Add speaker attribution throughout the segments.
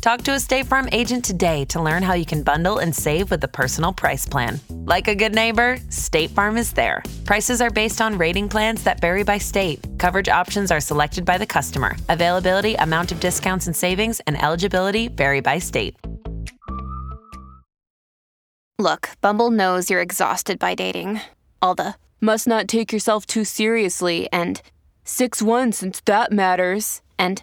Speaker 1: Talk to a State Farm agent today to learn how you can bundle and save with the Personal Price Plan. Like a good neighbor, State Farm is there. Prices are based on rating plans that vary by state. Coverage options are selected by the customer. Availability, amount of discounts and savings, and eligibility vary by state.
Speaker 2: Look, Bumble knows you're exhausted by dating. All the must not take yourself too seriously and 6 1 since that matters. And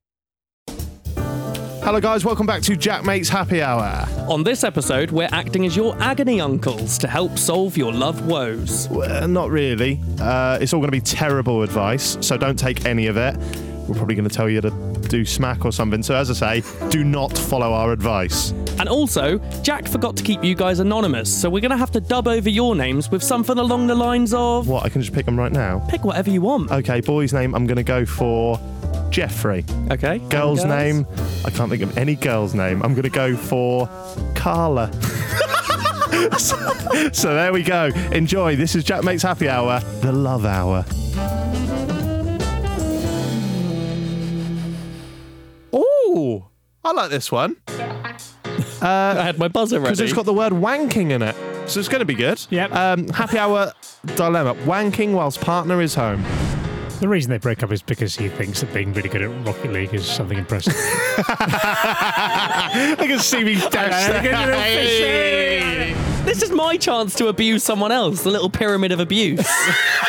Speaker 3: Hello, guys. Welcome back to Jack Mates Happy Hour.
Speaker 4: On this episode, we're acting as your agony uncles to help solve your love woes.
Speaker 3: Well, not really. Uh, it's all going to be terrible advice, so don't take any of it. We're probably going to tell you to do smack or something. So, as I say, do not follow our advice.
Speaker 4: And also, Jack forgot to keep you guys anonymous, so we're going to have to dub over your names with something along the lines of
Speaker 3: What? I can just pick them right now.
Speaker 4: pick whatever you want.
Speaker 3: Okay, boy's name, I'm going to go for Jeffrey.
Speaker 4: Okay.
Speaker 3: Girl's
Speaker 4: Girls?
Speaker 3: name, I can't think of any girl's name. I'm going to go for Carla. so, there we go. Enjoy. This is Jack Mates Happy Hour, the love hour.
Speaker 4: Ooh.
Speaker 3: I like this one.
Speaker 4: I had my buzzer ready.
Speaker 3: Because it's got the word wanking in it. So it's going to be good.
Speaker 5: Yep.
Speaker 3: Um, happy hour dilemma wanking whilst partner is home.
Speaker 5: The reason they break up is because he thinks that being really good at Rocket League is something impressive.
Speaker 3: I can see me dash
Speaker 4: This is my chance to abuse someone else, the little pyramid of abuse.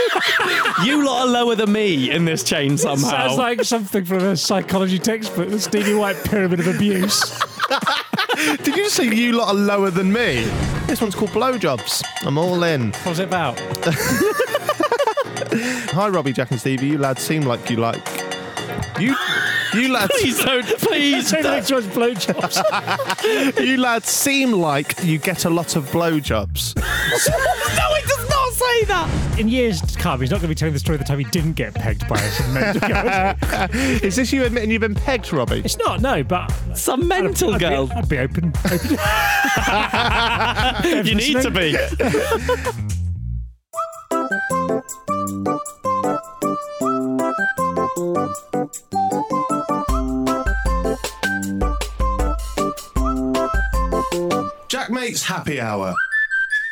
Speaker 4: you lot are lower than me in this chain somehow.
Speaker 5: Sounds like something from a psychology textbook. The Stevie White Pyramid of Abuse.
Speaker 3: Did you see you lot are lower than me? This one's called blowjobs. I'm all in.
Speaker 5: What's it about?
Speaker 3: Hi, Robbie, Jack, and Stevie. You lads seem like you like you. You lads,
Speaker 4: please don't, please.
Speaker 5: So next one's blowjobs.
Speaker 3: you lads seem like you get a lot of blowjobs.
Speaker 4: no, it does not say that.
Speaker 5: In years to come, he's not going to be telling the story of the time he didn't get pegged by some men.
Speaker 3: is this you admitting you've been pegged, Robbie?
Speaker 5: It's not, no, but
Speaker 4: Some mental
Speaker 5: I'd be-
Speaker 4: girl.
Speaker 5: I'd be open. open.
Speaker 4: you need to be.
Speaker 3: Jack Mate's Happy Hour.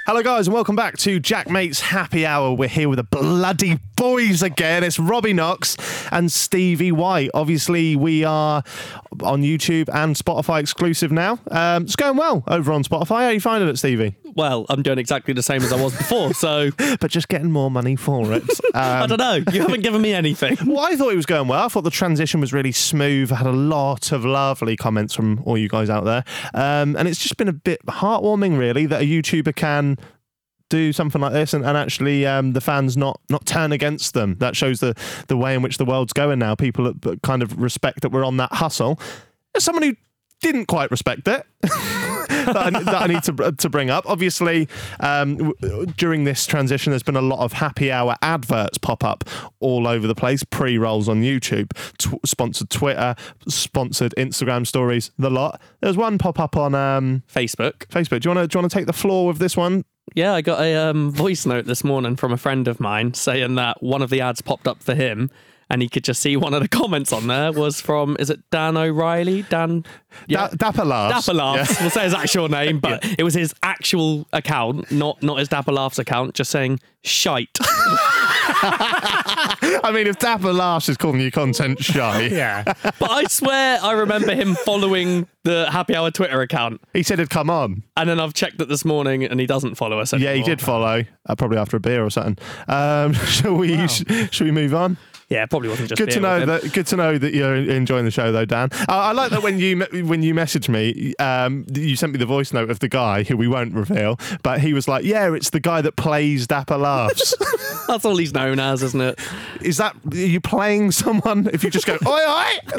Speaker 3: Hello, guys, and welcome back to Jack Mate's Happy Hour. We're here with the bloody boys again. It's Robbie Knox and Stevie White. Obviously, we are on YouTube and Spotify exclusive now. Um, it's going well over on Spotify. How are you finding it, Stevie?
Speaker 4: Well, I'm doing exactly the same as I was before, so
Speaker 3: But just getting more money for it. Um,
Speaker 4: I don't know. You haven't given me anything.
Speaker 3: Well, I thought it was going well. I thought the transition was really smooth. I had a lot of lovely comments from all you guys out there. Um, and it's just been a bit heartwarming, really, that a YouTuber can do something like this and, and actually um, the fans not not turn against them. That shows the, the way in which the world's going now. People that- that kind of respect that we're on that hustle. As someone who didn't quite respect it, that, I, that I need to, br- to bring up. Obviously, um, w- during this transition, there's been a lot of happy hour adverts pop up all over the place, pre rolls on YouTube, tw- sponsored Twitter, sponsored Instagram stories, the lot. There's one pop up on um,
Speaker 4: Facebook.
Speaker 3: Facebook. Do you want to do you want to take the floor with this one?
Speaker 4: Yeah, I got a um, voice note this morning from a friend of mine saying that one of the ads popped up for him and you could just see one of the comments on there was from is it Dan O'Reilly? Dan
Speaker 3: Da- Dapper laughs.
Speaker 4: Dapper Laughs. We'll say his actual name, but it was his actual account, not not his Dapper Laughs account, just saying shite.
Speaker 3: I mean, if Dapper laughs is calling you content shy,
Speaker 5: Yeah.
Speaker 4: but I swear I remember him following the Happy Hour Twitter account.
Speaker 3: he said he'd come on.
Speaker 4: And then I've checked it this morning and he doesn't follow us.
Speaker 3: Yeah, he
Speaker 4: anymore.
Speaker 3: did follow, uh, probably after a beer or something. Um, shall we? Sh- shall we move on?
Speaker 4: Yeah, it probably wasn't just
Speaker 3: Good to
Speaker 4: beer with
Speaker 3: know
Speaker 4: him.
Speaker 3: that. Good to know that you're enjoying the show, though, Dan. Uh, I like that when you me- when you messaged me, um, you sent me the voice note of the guy who we won't reveal, but he was like, "Yeah, it's the guy that plays Dapper Laughs."
Speaker 4: That's all he's known as, isn't it?
Speaker 3: is that are you playing someone? If you just go, "Oi, oi,"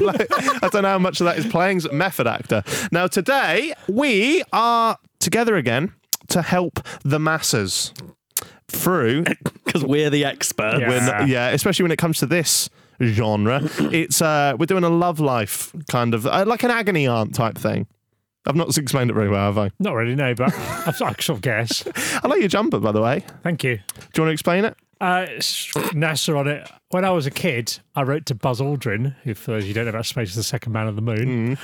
Speaker 3: like, I don't know how much of that is playing method actor. Now today we are together again to help the masses through
Speaker 4: Because we're the experts.
Speaker 5: Yeah.
Speaker 3: when yeah, especially when it comes to this genre. It's uh, we're doing a love life kind of uh, like an agony aunt type thing. I've not explained it very well, have I?
Speaker 5: Not really, no, but I, I sort of guess.
Speaker 3: I like your jumper, by the way.
Speaker 5: Thank you.
Speaker 3: Do you want to explain it?
Speaker 5: Uh, it's NASA on it. When I was a kid, I wrote to Buzz Aldrin, who, for those of you who don't know about space, is the second man on the moon,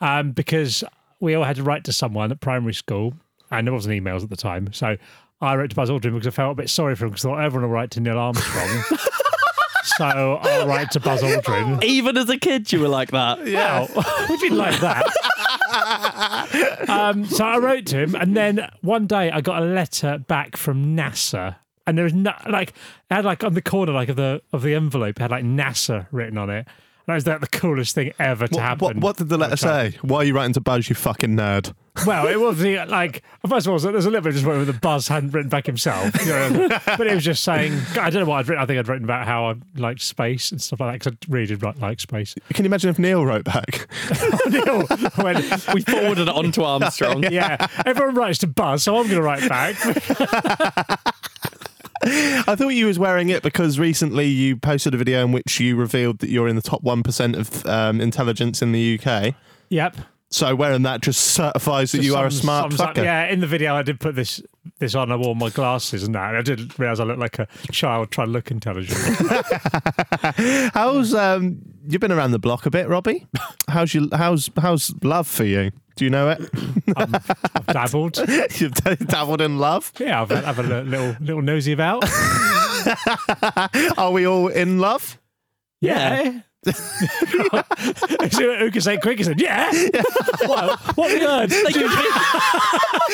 Speaker 5: um, because we all had to write to someone at primary school, and there wasn't emails at the time. So I wrote to Buzz Aldrin because I felt a bit sorry for him because I thought everyone will write to Neil Armstrong. so I'll write to Buzz Aldrin.
Speaker 4: Even as a kid, you were like that.
Speaker 3: Yeah.
Speaker 5: Wow. we didn't like that. um, so I wrote to him, and then one day I got a letter back from NASA, and there was no like it had like on the corner like of the of the envelope it had like NASA written on it. And that was like the coolest thing ever to
Speaker 3: What,
Speaker 5: happen.
Speaker 3: what, what did the letter say? Why are you writing to Buzz, you fucking nerd?
Speaker 5: Well, it was the like first of all, there's a little bit of just where the buzz hadn't written back himself, you know, but it was just saying. I don't know what I'd written. I think I'd written about how I liked space and stuff like that because I really did like, like space.
Speaker 3: Can you imagine if Neil wrote back?
Speaker 5: Neil went,
Speaker 4: We forwarded it on to Armstrong.
Speaker 5: yeah, everyone writes to Buzz, so I'm going to write back.
Speaker 3: I thought you was wearing it because recently you posted a video in which you revealed that you're in the top 1% of um, intelligence in the UK.
Speaker 5: yep.
Speaker 3: So wearing that just certifies that you are a
Speaker 5: Sums-
Speaker 3: smart
Speaker 5: sums up-
Speaker 3: fucker.
Speaker 5: Yeah, in the video I did put this this on. I wore my glasses and that. and I did realize I looked like a child trying to look intelligent.
Speaker 3: How's um you've been around the block a bit, Robbie? How's your how's how's love for you? Do you know it?
Speaker 5: I've dabbled.
Speaker 3: You've d- dabbled in love.
Speaker 5: Yeah, I've, I've had a little little nosy about.
Speaker 3: Are we all in love?
Speaker 4: Yeah.
Speaker 5: See what Who can say it quicker than yeah? What, what we heard?
Speaker 4: They completely-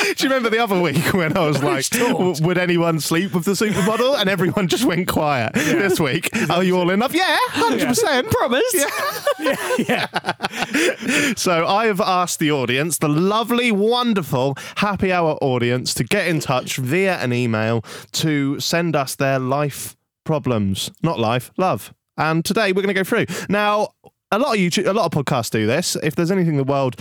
Speaker 3: Do you remember the other week when I was like, w- "Would anyone sleep with the supermodel?" And everyone just went quiet. This week, are you all in love? Yeah, hundred percent.
Speaker 4: promise.
Speaker 3: So I have asked the audience, the lovely, wonderful happy hour audience, to get in touch via an email to send us their life problems, not life, love. And today we're going to go through. Now, a lot of YouTube, a lot of podcasts do this. If there's anything the world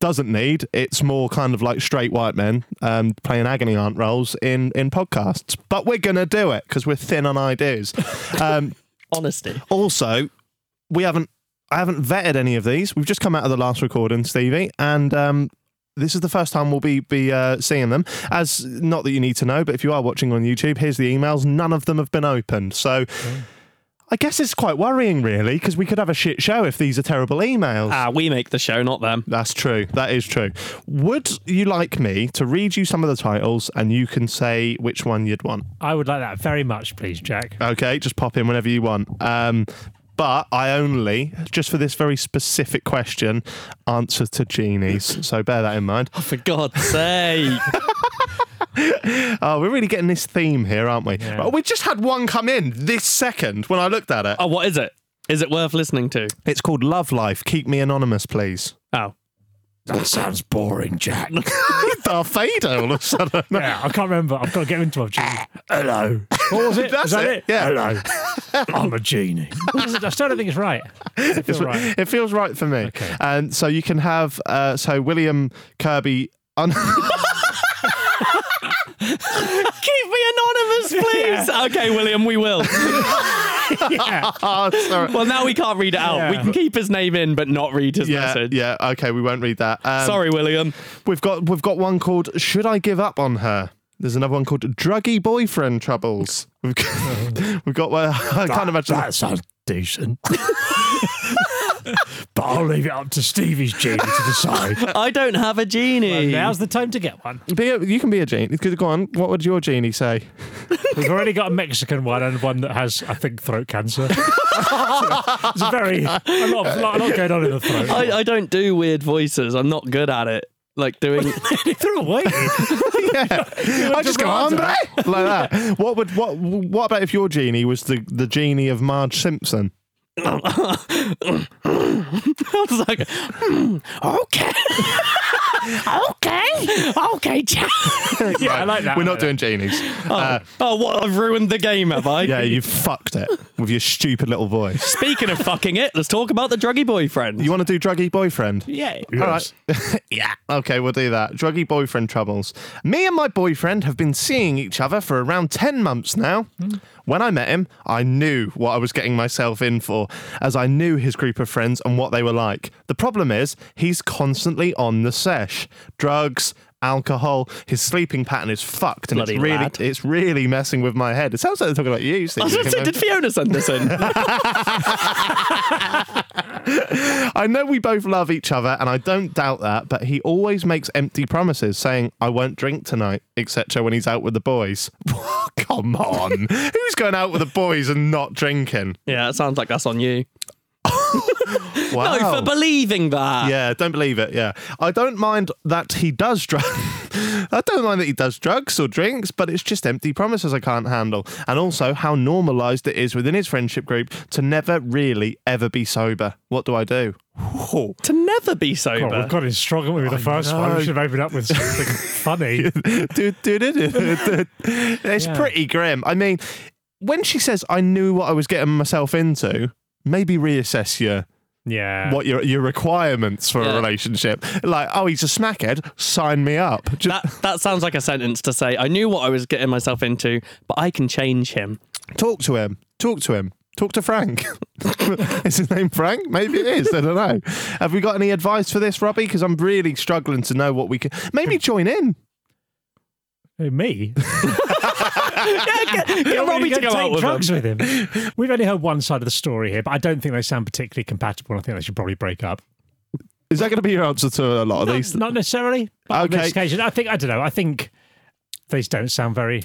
Speaker 3: doesn't need, it's more kind of like straight white men um, playing agony aunt roles in in podcasts. But we're going to do it because we're thin on ideas. Um,
Speaker 4: Honesty.
Speaker 3: also, we haven't I haven't vetted any of these. We've just come out of the last recording, Stevie, and um, this is the first time we'll be be uh, seeing them. As not that you need to know, but if you are watching on YouTube, here's the emails. None of them have been opened, so. I guess it's quite worrying, really, because we could have a shit show if these are terrible emails.
Speaker 4: Ah, we make the show, not them.
Speaker 3: That's true. That is true. Would you like me to read you some of the titles and you can say which one you'd want?
Speaker 5: I would like that very much, please, Jack.
Speaker 3: Okay, just pop in whenever you want. Um, but I only, just for this very specific question, answer to genies. So bear that in mind.
Speaker 4: For God's sake.
Speaker 3: Oh, we're really getting this theme here, aren't we? Right, we just had one come in this second when I looked at it.
Speaker 4: Oh, what is it? Is it worth listening to?
Speaker 3: It's called Love Life. Keep me anonymous, please.
Speaker 4: Oh.
Speaker 5: That sounds boring, Jack.
Speaker 3: Darth Vader all of a sudden.
Speaker 5: yeah, I can't remember. I've got to get into my genie. Hello. What was it?
Speaker 3: That's
Speaker 5: Is that
Speaker 3: it.
Speaker 5: it?
Speaker 3: Yeah.
Speaker 5: Hello. I'm a genie. What was it? I still don't think it's right. I feel right.
Speaker 3: It feels right for me.
Speaker 5: Okay.
Speaker 3: And so you can have, uh, so William Kirby. Un-
Speaker 4: Keep me anonymous, please. Okay, William, we will.
Speaker 3: oh, sorry.
Speaker 4: Well, now we can't read it out. We
Speaker 5: Yeah.
Speaker 4: can keep his name in, but not read his
Speaker 3: Yeah,
Speaker 4: message.
Speaker 3: yeah, okay, we won't read that. Um,
Speaker 4: Sorry, William.
Speaker 3: We've got we've got one called "Should I Give Up on Her." There's another one called "Druggy Boyfriend Troubles." We've got, we've got one. I can't imagine.
Speaker 5: sounds decent. but I'll leave it up to Stevie's genie to decide.
Speaker 4: I don't have a genie.
Speaker 5: Now's the time to get one.
Speaker 3: Be a, you can be a genie. Go on. What would your genie say?
Speaker 5: We've already got a Mexican one and one that has, I think, throat cancer. it's a very a lot, of, lot, a lot going on in the throat.
Speaker 4: I, I don't do weird voices. I'm not good at it. Like doing.
Speaker 5: threw away.
Speaker 3: yeah, I just go on like that. What would what what about if your genie was the the genie of Marge Simpson?
Speaker 4: I was like, "Hmm, okay. okay. Okay, Jack.
Speaker 5: Yeah, I
Speaker 3: Right,
Speaker 5: like that.
Speaker 3: We're
Speaker 5: I
Speaker 3: not
Speaker 5: like
Speaker 3: doing genies. Uh,
Speaker 4: Oh, what? I've ruined the game, have I?
Speaker 3: yeah, you fucked it with your stupid little voice.
Speaker 4: Speaking of fucking it, let's talk about the druggy boyfriend.
Speaker 3: You want to do druggy boyfriend?
Speaker 4: yeah.
Speaker 3: All right. yeah. Okay, we'll do that. Druggy boyfriend troubles. Me and my boyfriend have been seeing each other for around 10 months now.
Speaker 4: Hmm.
Speaker 3: When I met him, I knew what I was getting myself in for, as I knew his group of friends and what they were like. The problem is, he's constantly on the sesh drugs, alcohol, his sleeping pattern is fucked, and
Speaker 4: Bloody
Speaker 3: it's really,
Speaker 4: lad.
Speaker 3: it's really messing with my head. It sounds like they're talking about you.
Speaker 4: I was going to say,
Speaker 3: Stephen.
Speaker 4: did Fiona send this in?
Speaker 3: I know we both love each other, and I don't doubt that, but he always makes empty promises, saying, I won't drink tonight, etc., when he's out with the boys. Come on. Who's going out with the boys and not drinking?
Speaker 4: yeah, it sounds like that's on you.
Speaker 3: Wow.
Speaker 4: No, for believing that.
Speaker 3: yeah, don't believe it. Yeah. I don't mind that he does drugs. I don't mind that he does drugs or drinks, but it's just empty promises I can't handle. And also how normalized it is within his friendship group to never really ever be sober. What do I do? Whoa.
Speaker 4: To never be
Speaker 5: that.
Speaker 4: sober.
Speaker 5: God, we've got in strong with the first one.
Speaker 3: know.
Speaker 5: We should have opened up with something funny.
Speaker 3: Du-du-du-du-du. it's
Speaker 5: Yeah.
Speaker 3: pretty grim. I mean, when she says, "I knew what I was getting myself into," maybe reassess your
Speaker 5: Yeah.
Speaker 3: what your your requirements for
Speaker 4: Yeah.
Speaker 3: a relationship. Like, oh, he's a smackhead. Sign me up. Ju-
Speaker 4: That, that sounds like a sentence to say, I knew what I was getting myself into, but I can change him.
Speaker 3: Talk to him. Talk to him. Talk to Frank. is his name Frank? Maybe it is. I don't know. Have we got any advice for this, Robbie? Because I'm really struggling to know what we can. Maybe join in.
Speaker 5: Who, me?
Speaker 4: Get, get
Speaker 5: Yeah,
Speaker 4: Robbie
Speaker 5: you
Speaker 4: to
Speaker 5: can
Speaker 4: go
Speaker 5: take
Speaker 4: out with him.
Speaker 5: drugs with him. We've only heard one side of the story here, but I don't think they sound particularly compatible. and I think they should probably break up.
Speaker 3: Is that going to be your answer to a lot of these?
Speaker 5: Not necessarily. But on
Speaker 3: Okay.
Speaker 5: this occasion, I think I don't know. I think these don't sound very,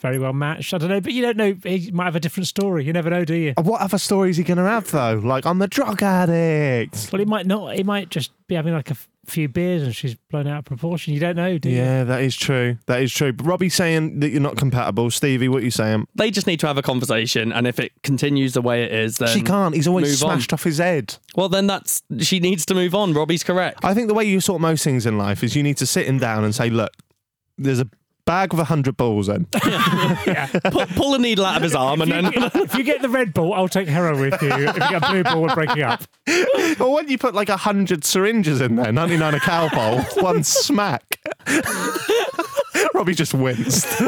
Speaker 5: very well matched. I don't know, but you don't know. He might have a different story. You never know, do you?
Speaker 3: What other story is he going to have though? Like, I'm the drug addict.
Speaker 5: Well, he might not. He might just be having like a f- few beers and she's blown out of proportion. You don't know, do you?
Speaker 3: Yeah, that is true. That is true. But Robbie's saying that you're not compatible. Stevie, what are you saying?
Speaker 4: They just need to have a conversation, and if it continues the way it is, then
Speaker 3: she can't. He's always
Speaker 4: move on.
Speaker 3: smashed off his head.
Speaker 4: Well, then that's she needs to move on. Robbie's correct.
Speaker 3: I think the way you sort most things in life is you need to sit him down and say, look, there's a bag with 100 balls in.
Speaker 4: Pu- pull a needle out of his arm, and then
Speaker 5: if you get the red ball, I'll take heroin with you. If you get a blue ball, we're breaking up.
Speaker 3: or when you put like 100 syringes in there, 99 a cow bowl, one smack. Robbie just winced.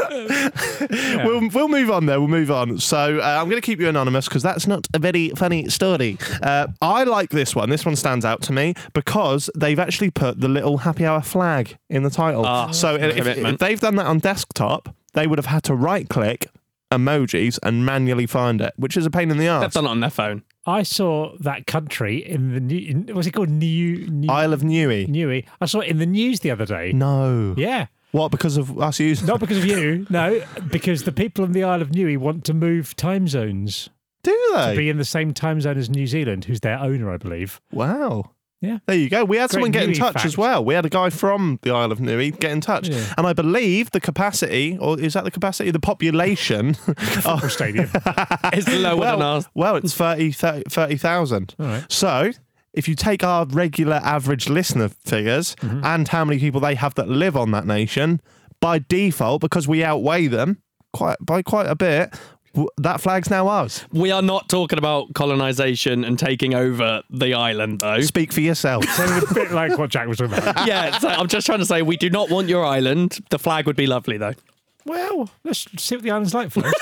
Speaker 3: We'll, we'll move on there. We'll move on. So uh, I'm going to keep you anonymous because that's not a very funny story. Uh, I like this one. This one stands out to me because they've actually put the little happy hour flag in the title.
Speaker 4: Ah,
Speaker 3: so if- if,
Speaker 4: commitment.
Speaker 3: if they've done that on desktop, they would have had to right click emojis and manually find it, which is a pain in the
Speaker 4: they've
Speaker 3: arse.
Speaker 4: done it on their phone.
Speaker 5: I saw that country in the new. In, what's it called? New. new
Speaker 3: Isle of Newey.
Speaker 5: Newey. I saw it in the news the other day.
Speaker 3: No.
Speaker 5: Yeah.
Speaker 3: What, because of us using
Speaker 5: Not because of you, no, because the people in the Isle of Newey want to move time zones
Speaker 3: Do
Speaker 5: to
Speaker 3: they?
Speaker 5: be in the same time zone as New Zealand, who's their owner, I believe.
Speaker 3: wow.
Speaker 5: Yeah.
Speaker 3: There you go. We had
Speaker 5: Great
Speaker 3: someone get in
Speaker 5: Nui
Speaker 3: touch
Speaker 5: fact.
Speaker 3: as well. We had a guy from the Isle of Nui get in touch.
Speaker 5: Yeah.
Speaker 3: And I believe the capacity, or is that the capacity? The population.
Speaker 5: Football stadium.
Speaker 4: It's lower than
Speaker 3: well,
Speaker 4: ours.
Speaker 3: well, it's 30 30 30,000.
Speaker 5: All right.
Speaker 3: so if you take our regular average listener figures
Speaker 5: Mm-hmm.
Speaker 3: and how many people they have that live on that nation, by default, because we outweigh them quite by quite a bit, w- that flag's now ours.
Speaker 4: We are not talking about colonization and taking over the island, though.
Speaker 3: Speak for yourself.
Speaker 5: a bit like what Jack was talking about.
Speaker 4: yeah, so I'm just trying to say we do not want your island. The flag would be lovely, though.
Speaker 5: Well, let's see what the island's like first.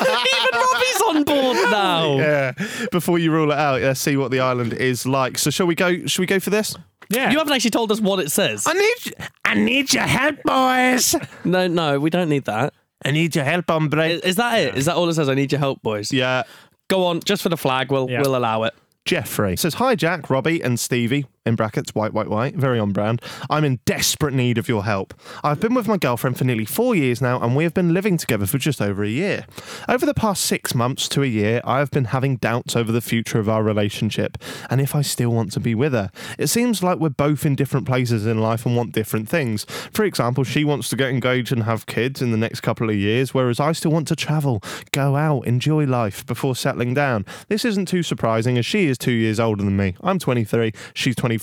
Speaker 4: Even Robbie's on board now.
Speaker 3: yeah. Before you rule it out, yeah, see what the island is like. So shall we go? Shall we go for this?
Speaker 5: Yeah.
Speaker 4: You haven't actually told us what it says.
Speaker 3: need, I need your help, boys.
Speaker 4: No, no, we don't need that.
Speaker 3: I need your help,
Speaker 4: I-
Speaker 3: hombre.
Speaker 4: Is that it? Is that all it says? I need your help, boys.
Speaker 3: Yeah.
Speaker 4: Go on, just for the flag, we'll
Speaker 5: Yeah.
Speaker 4: we'll allow it.
Speaker 3: Jeffrey says, Hi, Jack, Robbie, and Stevie, in brackets, white, white, white, very on brand. I'm in desperate need of your help. I've been with my girlfriend for nearly four years now, and we have been living together for just over a year. Over the past six months to a year, I have been having doubts over the future of our relationship and if I still want to be with her. It seems like we're both in different places in life and want different things. For example, she wants to get engaged and have kids in the next couple of years, whereas I still want to travel, go out, enjoy life before settling down. This isn't too surprising as she is two years older than me. I'm 23, she's 25.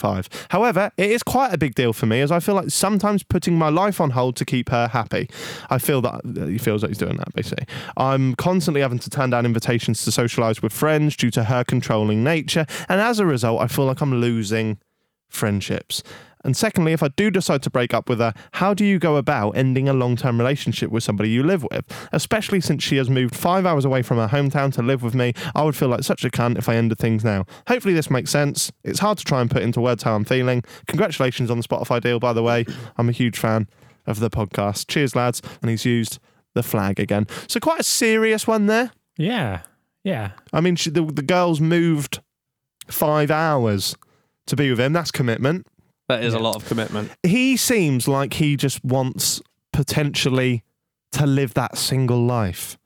Speaker 3: However, it is quite a big deal for me as I feel like sometimes putting my life on hold to keep her happy. I feel that he feels like he's doing that basically. I'm constantly having to turn down invitations to socialize with friends due to her controlling nature, and as a result, I feel like I'm losing friendships. And secondly, if I do decide to break up with her, how do you go about ending a long term relationship with somebody you live with? Especially since she has moved five hours away from her hometown to live with me, I would feel like such a cunt if I ended things now. Hopefully, this makes sense. It's hard to try and put into words how I'm feeling. Congratulations on the Spotify deal, by the way. I'm a huge fan of the podcast. Cheers, lads. And he's used the flag again. So, quite a serious one there.
Speaker 5: Yeah. Yeah.
Speaker 3: I mean, she, the, the girls moved five hours to be with him. That's commitment
Speaker 4: That is a lot of commitment.
Speaker 3: he seems like he just wants potentially to live that single life.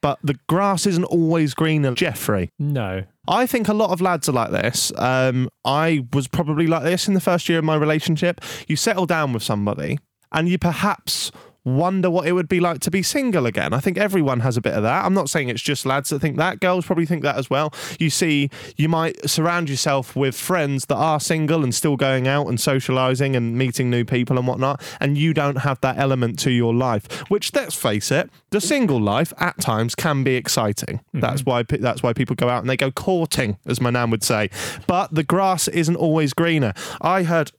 Speaker 3: But the grass isn't always greener, Jeffrey.
Speaker 5: No.
Speaker 3: I think a lot of lads are like this. Um, I was probably like this in the first year of my relationship. You settle down with somebody and you perhaps wonder what it would be like to be single again. I think everyone has a bit of that. I'm not saying it's just lads that think that. Girls probably think that as well. You see, you might surround yourself with friends that are single and still going out and socializing and meeting new people and whatnot, and you don't have that element to your life, which let's face it, the single life at times can be exciting. That's why pe- that's why people go out and they go courting, as my nan would say. But the grass isn't always greener. I heard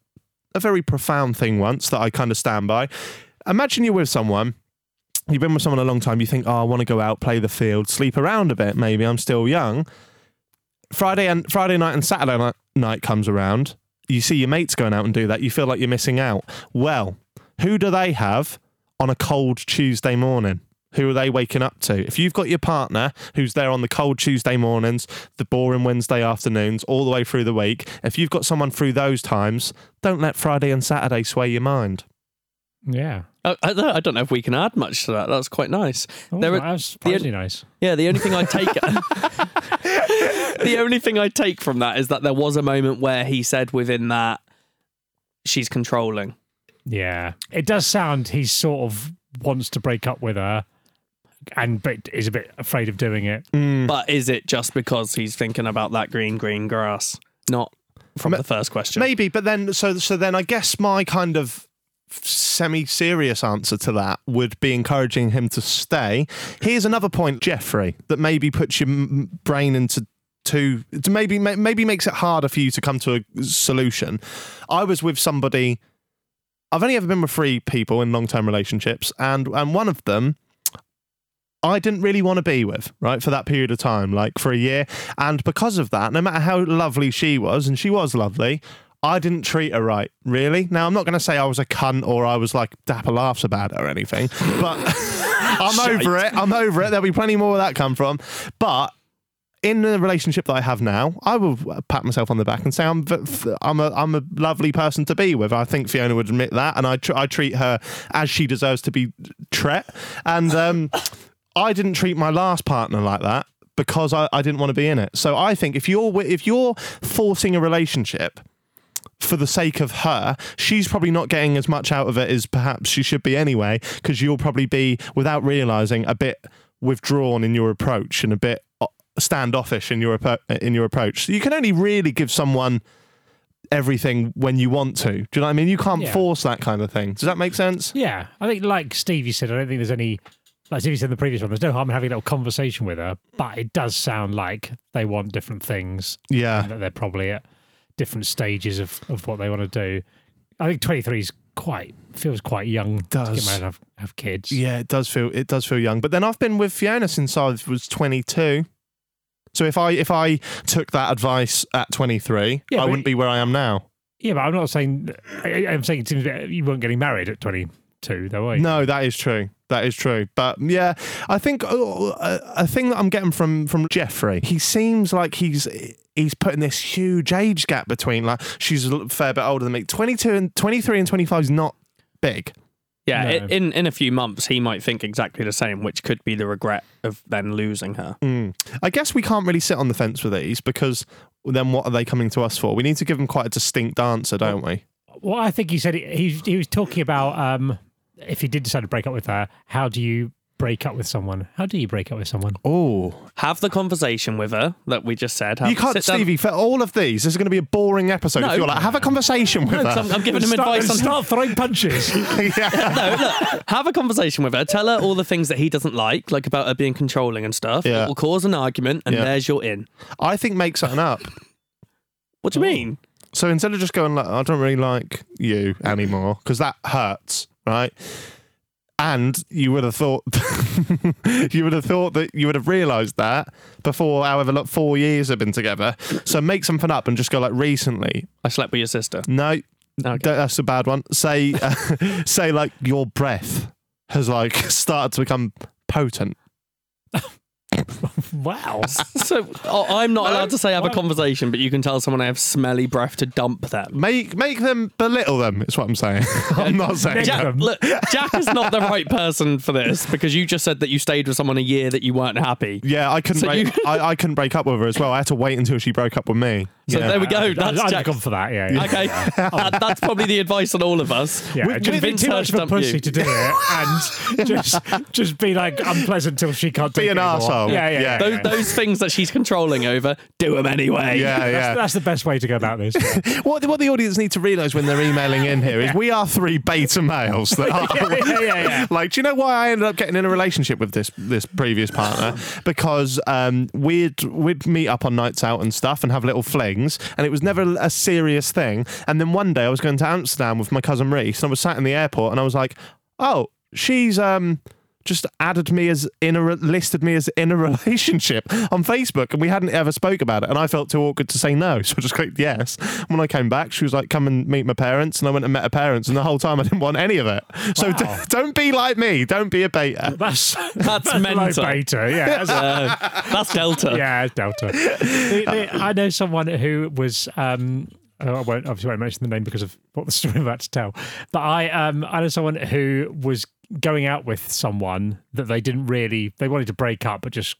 Speaker 3: a very profound thing once that I kind of stand by. Imagine you're with someone. You've been with someone a long time. You think, oh, I want to go out, play the field, sleep around a bit. Maybe I'm still young. Friday and Friday night and Saturday ni- night comes around. You see your mates going out and do that. You feel like you're missing out. Well, who do they have on a cold Tuesday morning? Who are they waking up to? If you've got your partner who's there on the cold Tuesday mornings, the boring Wednesday afternoons, all the way through the week, if you've got someone through those times, don't let Friday and Saturday sway your mind.
Speaker 5: Yeah.
Speaker 4: I, Uh, I don't- I don't know if we can add much to that. That's quite nice.
Speaker 5: Oh,
Speaker 4: There are-
Speaker 5: that was surprisingly nice.
Speaker 4: Yeah, the only thing I take the only thing I take from that is that there was a moment where he said within that she's controlling.
Speaker 5: Yeah. It does sound he sort of wants to break up with her and but is a bit afraid of doing it.
Speaker 4: Mm.
Speaker 3: Hmm.
Speaker 4: But is it just because he's thinking about that green green grass? Not from the first question.
Speaker 3: Maybe, but then so so then I guess my kind of semi-serious answer to that would be encouraging him to stay. Here's another point, Jeffrey, that maybe puts your m- brain into two. to maybe ma- maybe makes it harder for you to come to a solution. I was with somebody. I've only ever been with three people in long-term relationships, and and one of them. I didn't really want to be with, right, for that period of time, like for a year. And because of that, no matter how lovely she was, and she was lovely, I didn't treat her right, really. Now, I'm not going to say I was a cunt or I was like dapper laughs about her or anything, but I'm over it. I'm over it. There'll be plenty more where that come from. But in the relationship that I have now, I will pat myself on the back and say I'm v- f- I'm a I'm a lovely person to be with. I think Fiona would admit that, and I tr- I treat her as she deserves to be tret. And um, I didn't treat my last partner like that because I, I didn't want to be in it. So I think if you're wi- if you're forcing a relationship for the sake of her, she's probably not getting as much out of it as perhaps she should be anyway, because you'll probably be, without realizing, a bit withdrawn in your approach and a bit uh, standoffish in your appro- in your approach. So you can only really give someone everything when you want to. Do you know what I mean? You can't
Speaker 5: Yeah.
Speaker 3: force that kind of thing. Does that make sense?
Speaker 5: Yeah, I think like Stevie said, I don't think there's any. Like Stevie said in the previous one, there's no harm in having a little conversation with her, but it does sound like they want different things.
Speaker 3: Yeah.
Speaker 5: and that they're probably at different stages of, of what they want to do. I think 23 is quite feels quite young to
Speaker 3: Does.
Speaker 5: get married and have, have kids.
Speaker 3: Yeah, it does feel it does feel young. But then I've been with Fiona since I was 22. So if I if I took that advice at 23,
Speaker 5: Yeah,
Speaker 3: I
Speaker 5: but-
Speaker 3: wouldn't be where I am now.
Speaker 5: Yeah, but I'm not saying I, I'm saying it seems that you weren't getting married at 20, to, though, are you?
Speaker 3: No, that is true. That is true. But yeah, I think oh, a, a thing that I'm getting from from Jeffrey, he seems like he's he's putting this huge age gap between like she's a fair bit older than me. 22 and 23 and 25 is not big.
Speaker 4: Yeah,
Speaker 5: No.
Speaker 4: i in in a few months he might think exactly the same, which could be the regret of then losing her.
Speaker 3: Hmm. I guess we can't really sit on the fence with these because then what are they coming to us for? We need to give them quite a distinct answer, don't we?
Speaker 5: Well, I think he said he, he, he was talking about um, if he did decide to break up with her, how do you break up with someone? How do you break up with someone?
Speaker 3: Oh,
Speaker 4: Have the conversation with her that we just said. Have,
Speaker 3: you can't,
Speaker 4: sit down-
Speaker 3: Stevie. For all of these, this is going to be a boring episode.
Speaker 4: No.
Speaker 3: If you're like, have a conversation with
Speaker 4: No, 'cause
Speaker 3: her.
Speaker 4: I'm, I'm giving him advice on
Speaker 5: start throwing punches.
Speaker 3: yeah.
Speaker 4: have a conversation with her. Tell her all the things that he doesn't like, like about her being controlling and stuff.
Speaker 3: Yeah.
Speaker 4: It will cause an argument, and
Speaker 3: Yeah.
Speaker 4: there's your in.
Speaker 3: I think make something up.
Speaker 4: What do you mean?
Speaker 3: So instead of just going like, I don't really like you anymore because that hurts, right? And you would have thought, you would have thought that you would have realised that before, however, like four years have been together. So make something up and just go like, recently,
Speaker 4: I slept with your sister.
Speaker 3: no,
Speaker 4: Okay.
Speaker 3: don't- that's a bad one. Say, uh, say like your breath has like started to become potent.
Speaker 5: wow.
Speaker 4: So oh, I'm not allowed to say have a
Speaker 5: Why-
Speaker 4: conversation, but you can tell someone I have smelly breath to dump them.
Speaker 3: Make make them belittle them. Is what I'm saying. I'm not saying. that.
Speaker 4: Jack,
Speaker 5: Yeah. them.
Speaker 4: look, Jack is not the right person for this because you just said that you stayed with someone a year that you weren't happy.
Speaker 3: Yeah, I couldn't.
Speaker 4: So
Speaker 3: break,
Speaker 4: you-
Speaker 3: I, I couldn't break up with her as well. I had to wait until she broke up with me.
Speaker 4: So
Speaker 3: yeah.
Speaker 4: there we go.
Speaker 5: I'd-
Speaker 4: That's
Speaker 5: I'd have
Speaker 4: Jack.
Speaker 5: gone for that, yeah. yeah.
Speaker 4: Okay, That- that's probably the advice on all of us.
Speaker 5: Yeah,
Speaker 3: We're
Speaker 5: just be
Speaker 4: convinced
Speaker 5: too
Speaker 4: her
Speaker 5: much
Speaker 4: to
Speaker 5: of a
Speaker 4: dump you.
Speaker 5: pussy to do it, and just just be like unpleasant till she can't.
Speaker 3: Be
Speaker 5: take
Speaker 3: an
Speaker 5: it anymore.
Speaker 3: arsehole.
Speaker 5: Yeah, yeah.
Speaker 3: Yeah.
Speaker 5: yeah,
Speaker 4: Those,
Speaker 5: yeah.
Speaker 4: those things that she's controlling over, do them anyway.
Speaker 3: yeah, yeah.
Speaker 5: That's, that's the best way to go about this.
Speaker 3: what, what the audience need to realise when they're emailing in here is we are three beta males that are
Speaker 5: yeah, yeah, yeah.
Speaker 3: like, do you know why I ended up getting in a relationship with this this previous partner? Because um, we'd we'd meet up on nights out and stuff and have little flings, and it was never a serious thing. And then one day I was going to Amsterdam with my cousin Reese, and I was sat in the airport, and I was like, oh, she's um. Just added me as in a re- listed me as in a relationship on Facebook, and we hadn't ever spoke about it. And I felt too awkward to say no, so I just clicked yes. When I came back, she was like, "Come and meet my parents," and I went and met her parents. And the whole time, I didn't want any of it. So d-
Speaker 5: Wow.
Speaker 3: don't be like me. Don't be a beta.
Speaker 5: That's
Speaker 4: That's
Speaker 5: low
Speaker 4: mental.
Speaker 5: beta. Yeah, that's,
Speaker 4: Uh, That's Delta.
Speaker 5: yeah, Delta. The- the- I know someone who was. Um, oh, I won't obviously won't mention the name because of what the story I'm about to tell. But I, um, I know someone who was going out with someone that they didn't really. They wanted to break up, but just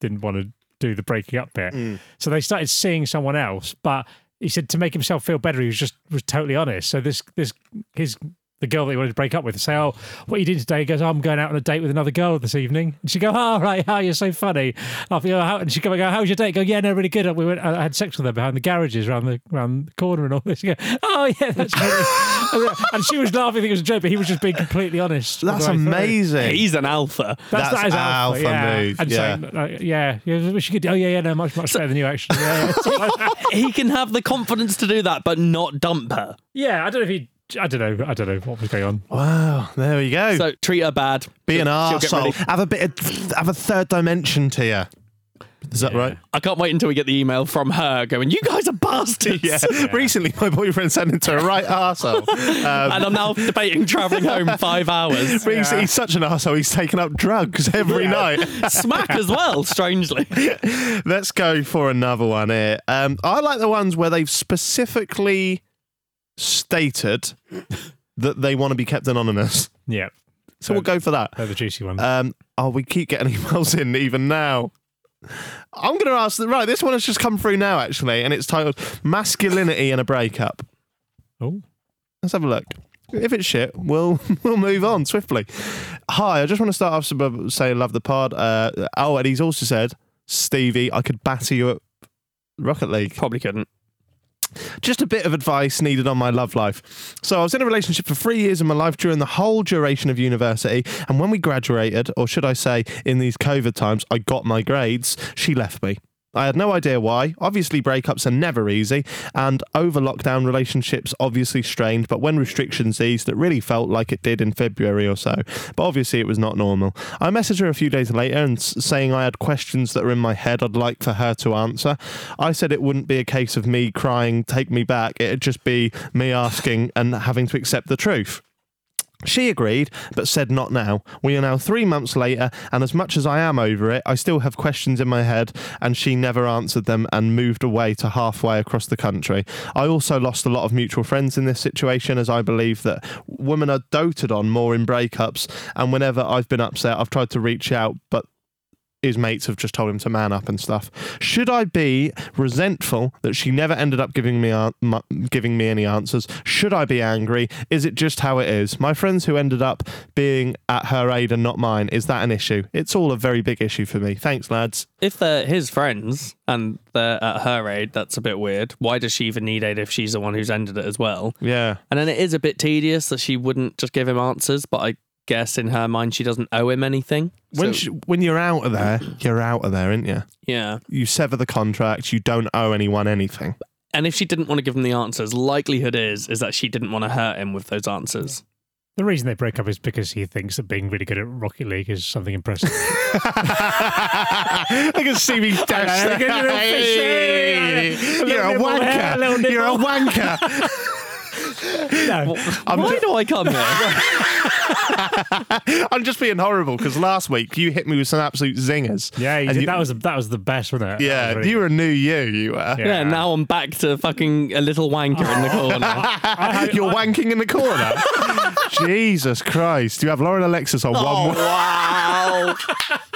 Speaker 5: didn't want to do the breaking up bit.
Speaker 3: Mm.
Speaker 5: So they started seeing someone else. But he said to make himself feel better, he was just was totally honest. So this this his. The girl that he wanted to break up with say, "Oh, what are you doing today?" He goes, "Oh, "I'm going out on a date with another girl this evening." And she go, "Oh, right, how you're so funny." I feel, how, and she go, I go, "How was your date?" I go, "Yeah, no, really good. We went, I had sex with her behind the garages around the around the corner and all this." She go, "Oh, yeah, that's." funny." and she was laughing, thinking it was a joke, but he was just being completely honest. all the
Speaker 3: That's
Speaker 5: way through.
Speaker 3: amazing.
Speaker 4: He's an alpha.
Speaker 5: That's,
Speaker 3: That's
Speaker 5: that is alpha,
Speaker 3: alpha
Speaker 5: yeah.
Speaker 3: move,
Speaker 5: And
Speaker 3: yeah.
Speaker 5: saying, like, yeah, yeah, we should get, oh yeah, yeah, no, much, much better than you actually. Yeah, yeah.
Speaker 4: he can have the confidence to do that, but not dump her.
Speaker 5: Yeah, I don't know if he, I don't know, I don't know what was going on.
Speaker 3: wow. There we go.
Speaker 4: So treat her bad.
Speaker 3: be an
Speaker 4: She'll get
Speaker 3: arsehole.
Speaker 4: ready.
Speaker 3: Have a bit of have a third dimension to you. Is that right?
Speaker 4: I can't wait until we get the email from her going, "You guys are bastards."
Speaker 3: Yeah. Recently, my boyfriend sent it to a right arsehole. Um,
Speaker 4: And I'm now debating traveling home five hours.
Speaker 3: Reece, He's such an arsehole. He's taken up drugs every night.
Speaker 4: Smack as well, strangely.
Speaker 3: Let's go for another one here. Um, I like the ones where they've specifically stated that they want to be kept anonymous.
Speaker 5: Yeah,
Speaker 3: So we'll go for that.
Speaker 5: they're the juicy ones.
Speaker 3: Um, oh, we keep getting emails in even now. I'm going to ask the right. This one has just come through now, actually, and it's titled "Masculinity and a Breakup."
Speaker 5: oh,
Speaker 3: Let's have a look. If it's shit, we'll we'll move on swiftly. Hi, I just want to start off by saying love the pod. Uh, oh, and he's also said, Stevie, I could batter you at Rocket League.
Speaker 4: Probably couldn't.
Speaker 3: Just a bit of advice needed on my love life. So, I was in a relationship for three years of my life during the whole duration of university. And when we graduated, or should I say, in these COVID times, I got my grades, she left me. I had no idea why. Obviously, breakups are never easy, and over lockdown, relationships obviously strained. But when restrictions eased, it really felt like it did in February or so. But obviously, it was not normal. I messaged her a few days later and s- saying I had questions that were in my head I'd like for her to answer. I said it wouldn't be a case of me crying, take me back. It'd just be me asking and having to accept the truth. She agreed, but said not now. We are now three months later, and as much as I am over it, I still have questions in my head, and she never answered them and moved away to halfway across the country. I also lost a lot of mutual friends in this situation, as I believe that women are doted on more in breakups, and whenever I've been upset, I've tried to reach out, but his mates have just told him to man up and stuff. Should I be resentful that she never ended up giving me an- mu- giving me any answers? Should I be angry? Is it just how it is? My friends who ended up being at her aid and not mine, is that an issue? It's all a very big issue for me. Thanks, lads.
Speaker 4: If they're his friends and they're at her aid, that's a bit weird. Why does she even need aid if she's the one who's ended it as well?
Speaker 3: Yeah.
Speaker 4: And then it is a bit tedious that she wouldn't just give him answers, but I guess in her mind she doesn't owe him anything.
Speaker 3: When
Speaker 4: So-
Speaker 3: she, when you're out of there, you're out of there, aren't you?
Speaker 4: yeah.
Speaker 3: You sever the contract. You don't owe anyone anything.
Speaker 4: And if she didn't want to give him the answers, likelihood is is that she didn't want to hurt him with those answers.
Speaker 5: The reason they break up is because he thinks that being really good at Rocket League is something impressive.
Speaker 3: I can see me dash
Speaker 5: I
Speaker 3: there.
Speaker 5: can do a fish.
Speaker 3: Hey, You're a
Speaker 5: nibble here, little
Speaker 3: wanker.
Speaker 5: nibble.
Speaker 3: You're a wanker.
Speaker 5: no,
Speaker 3: I'm
Speaker 4: Why
Speaker 3: ju-
Speaker 4: do Oh, I come here?
Speaker 3: I'm just being horrible because last week you hit me with some absolute zingers.
Speaker 5: yeah, he
Speaker 3: And
Speaker 5: did-
Speaker 3: you-
Speaker 5: that was the, that was the best, wasn't it? That
Speaker 3: Yeah,
Speaker 5: was really
Speaker 3: you were a new you. You were.
Speaker 5: good.
Speaker 4: yeah, now I'm back to fucking a little wanker in the
Speaker 3: Oh.
Speaker 4: corner.
Speaker 3: You're wanking in the corner. Jesus Christ! You have Lauren Alexis on
Speaker 5: Oh,
Speaker 3: one.
Speaker 4: wow.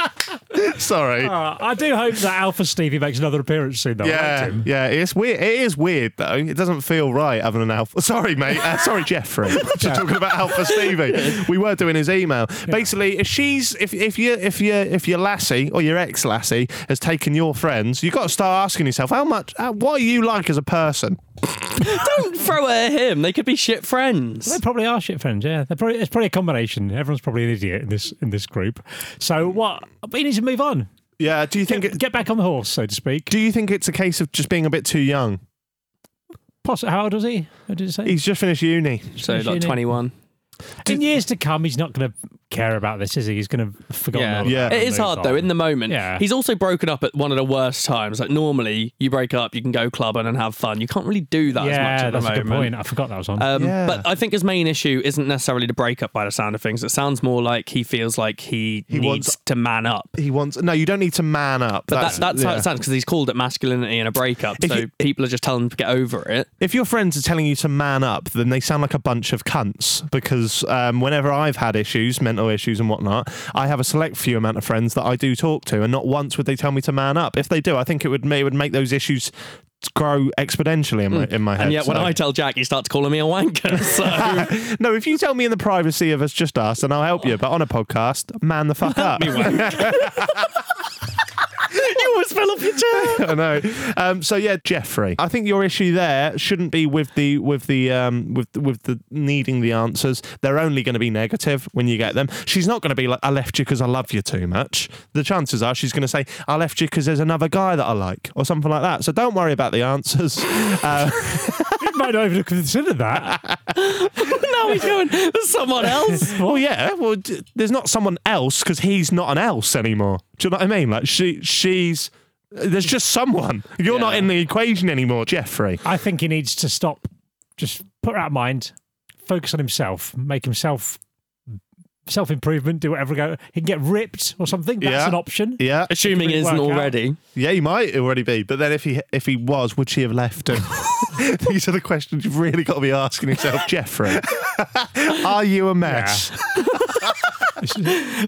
Speaker 3: Sorry.
Speaker 5: Uh, I do hope that Alpha Stevie makes another appearance soon, though. I liked
Speaker 3: Yeah,
Speaker 5: him.
Speaker 3: yeah, it's weird. It is weird though. It doesn't feel right having an alpha. Sorry, mate. Uh, sorry, Jeffrey. Just talking about Alpha Stevie. We were doing his email. Basically, if she's if if you if you if your lassie or your ex lassie has taken your friends, you have got to start asking yourself how much uh, what are you like as a person?
Speaker 4: Don't throw it at him. They could be shit
Speaker 5: They
Speaker 4: friends.
Speaker 5: probably are shit friends, yeah. They're probably it's probably a combination. Everyone's probably an idiot in this in this group. So what? We need to move on.
Speaker 3: Yeah. Do you think?
Speaker 5: Get,
Speaker 3: It,
Speaker 5: get back on the horse, so to speak.
Speaker 3: do you think it's a case of just being a bit too young?
Speaker 5: Poss- how old was he? What did it say?
Speaker 3: He's just finished uni.
Speaker 4: So like
Speaker 5: Shit.
Speaker 4: 21.
Speaker 5: in years to come, he's not going to care about this, is he? He's going to have forgotten.
Speaker 4: Yeah,
Speaker 5: all about
Speaker 3: Yeah.
Speaker 4: it is
Speaker 5: and
Speaker 4: hard
Speaker 5: moved
Speaker 4: though.
Speaker 5: on.
Speaker 4: In the moment,
Speaker 5: Yeah.
Speaker 4: he's also broken up at one of the worst times. Like normally, you break up, you can go clubbing and have fun. You can't really do that as
Speaker 5: yeah,
Speaker 4: much at
Speaker 5: that's
Speaker 4: the
Speaker 5: a
Speaker 4: moment.
Speaker 5: good point. I forgot that was on.
Speaker 4: Um,
Speaker 3: Yeah.
Speaker 4: But I think his main issue isn't necessarily the breakup by the sound of things. It sounds more like he feels like he, needs
Speaker 3: wants-
Speaker 4: to man up.
Speaker 3: He wants. No, you don't need to man up.
Speaker 4: But that's, that's how
Speaker 3: yeah.
Speaker 4: it sounds because he's called it masculinity in a breakup.
Speaker 3: If
Speaker 4: so
Speaker 3: you-
Speaker 4: people are just telling him to get over it.
Speaker 3: If your friends are telling you to man up, then they sound like a bunch of cunts because um, whenever I've had issues, mental issues and whatnot, I have a select few amount of friends that I do talk to, and not once would they tell me to man up. If they do, I think it would ma- it would make those issues grow exponentially in my in my head.
Speaker 4: Mm. And yet, when
Speaker 3: so-
Speaker 4: I tell Jack, he starts calling me a wanker. So
Speaker 3: no, if you tell me in the privacy of us just us, then I'll help you. But on a podcast, man the fuck up.
Speaker 4: you always fell off your chair.
Speaker 3: I know. Um, so yeah, Jeffrey, I think your issue there shouldn't be with the with the um, with with the needing the answers. They're only going to be negative when you get them. She's not going to be like, "I left you because I love you too much." The chances are she's going to say, "I left you because there's another guy that I like," or something like that. So don't worry about the answers. Uh,
Speaker 5: You might not even have considered that.
Speaker 4: now he's going, there's someone else.
Speaker 3: well, yeah. Well, d- there's not someone else because he's not an else anymore. Do you know what I mean? Like she, she's. There's just someone. You're not
Speaker 4: Yeah.
Speaker 3: in the equation anymore, Jeffrey.
Speaker 5: I think he needs to stop. Just put her out of mind. Focus on himself. Make himself self improvement. Do whatever. Go. He can get ripped or something. That's
Speaker 3: Yeah.
Speaker 5: an option.
Speaker 3: Yeah.
Speaker 4: Assuming he
Speaker 5: Didn't
Speaker 4: isn't
Speaker 5: work out.
Speaker 4: already.
Speaker 3: Yeah, he might already be. But then if he if he was, would she have left him? These are the questions you've really got to be asking yourself, Jeffrey. are you a mess?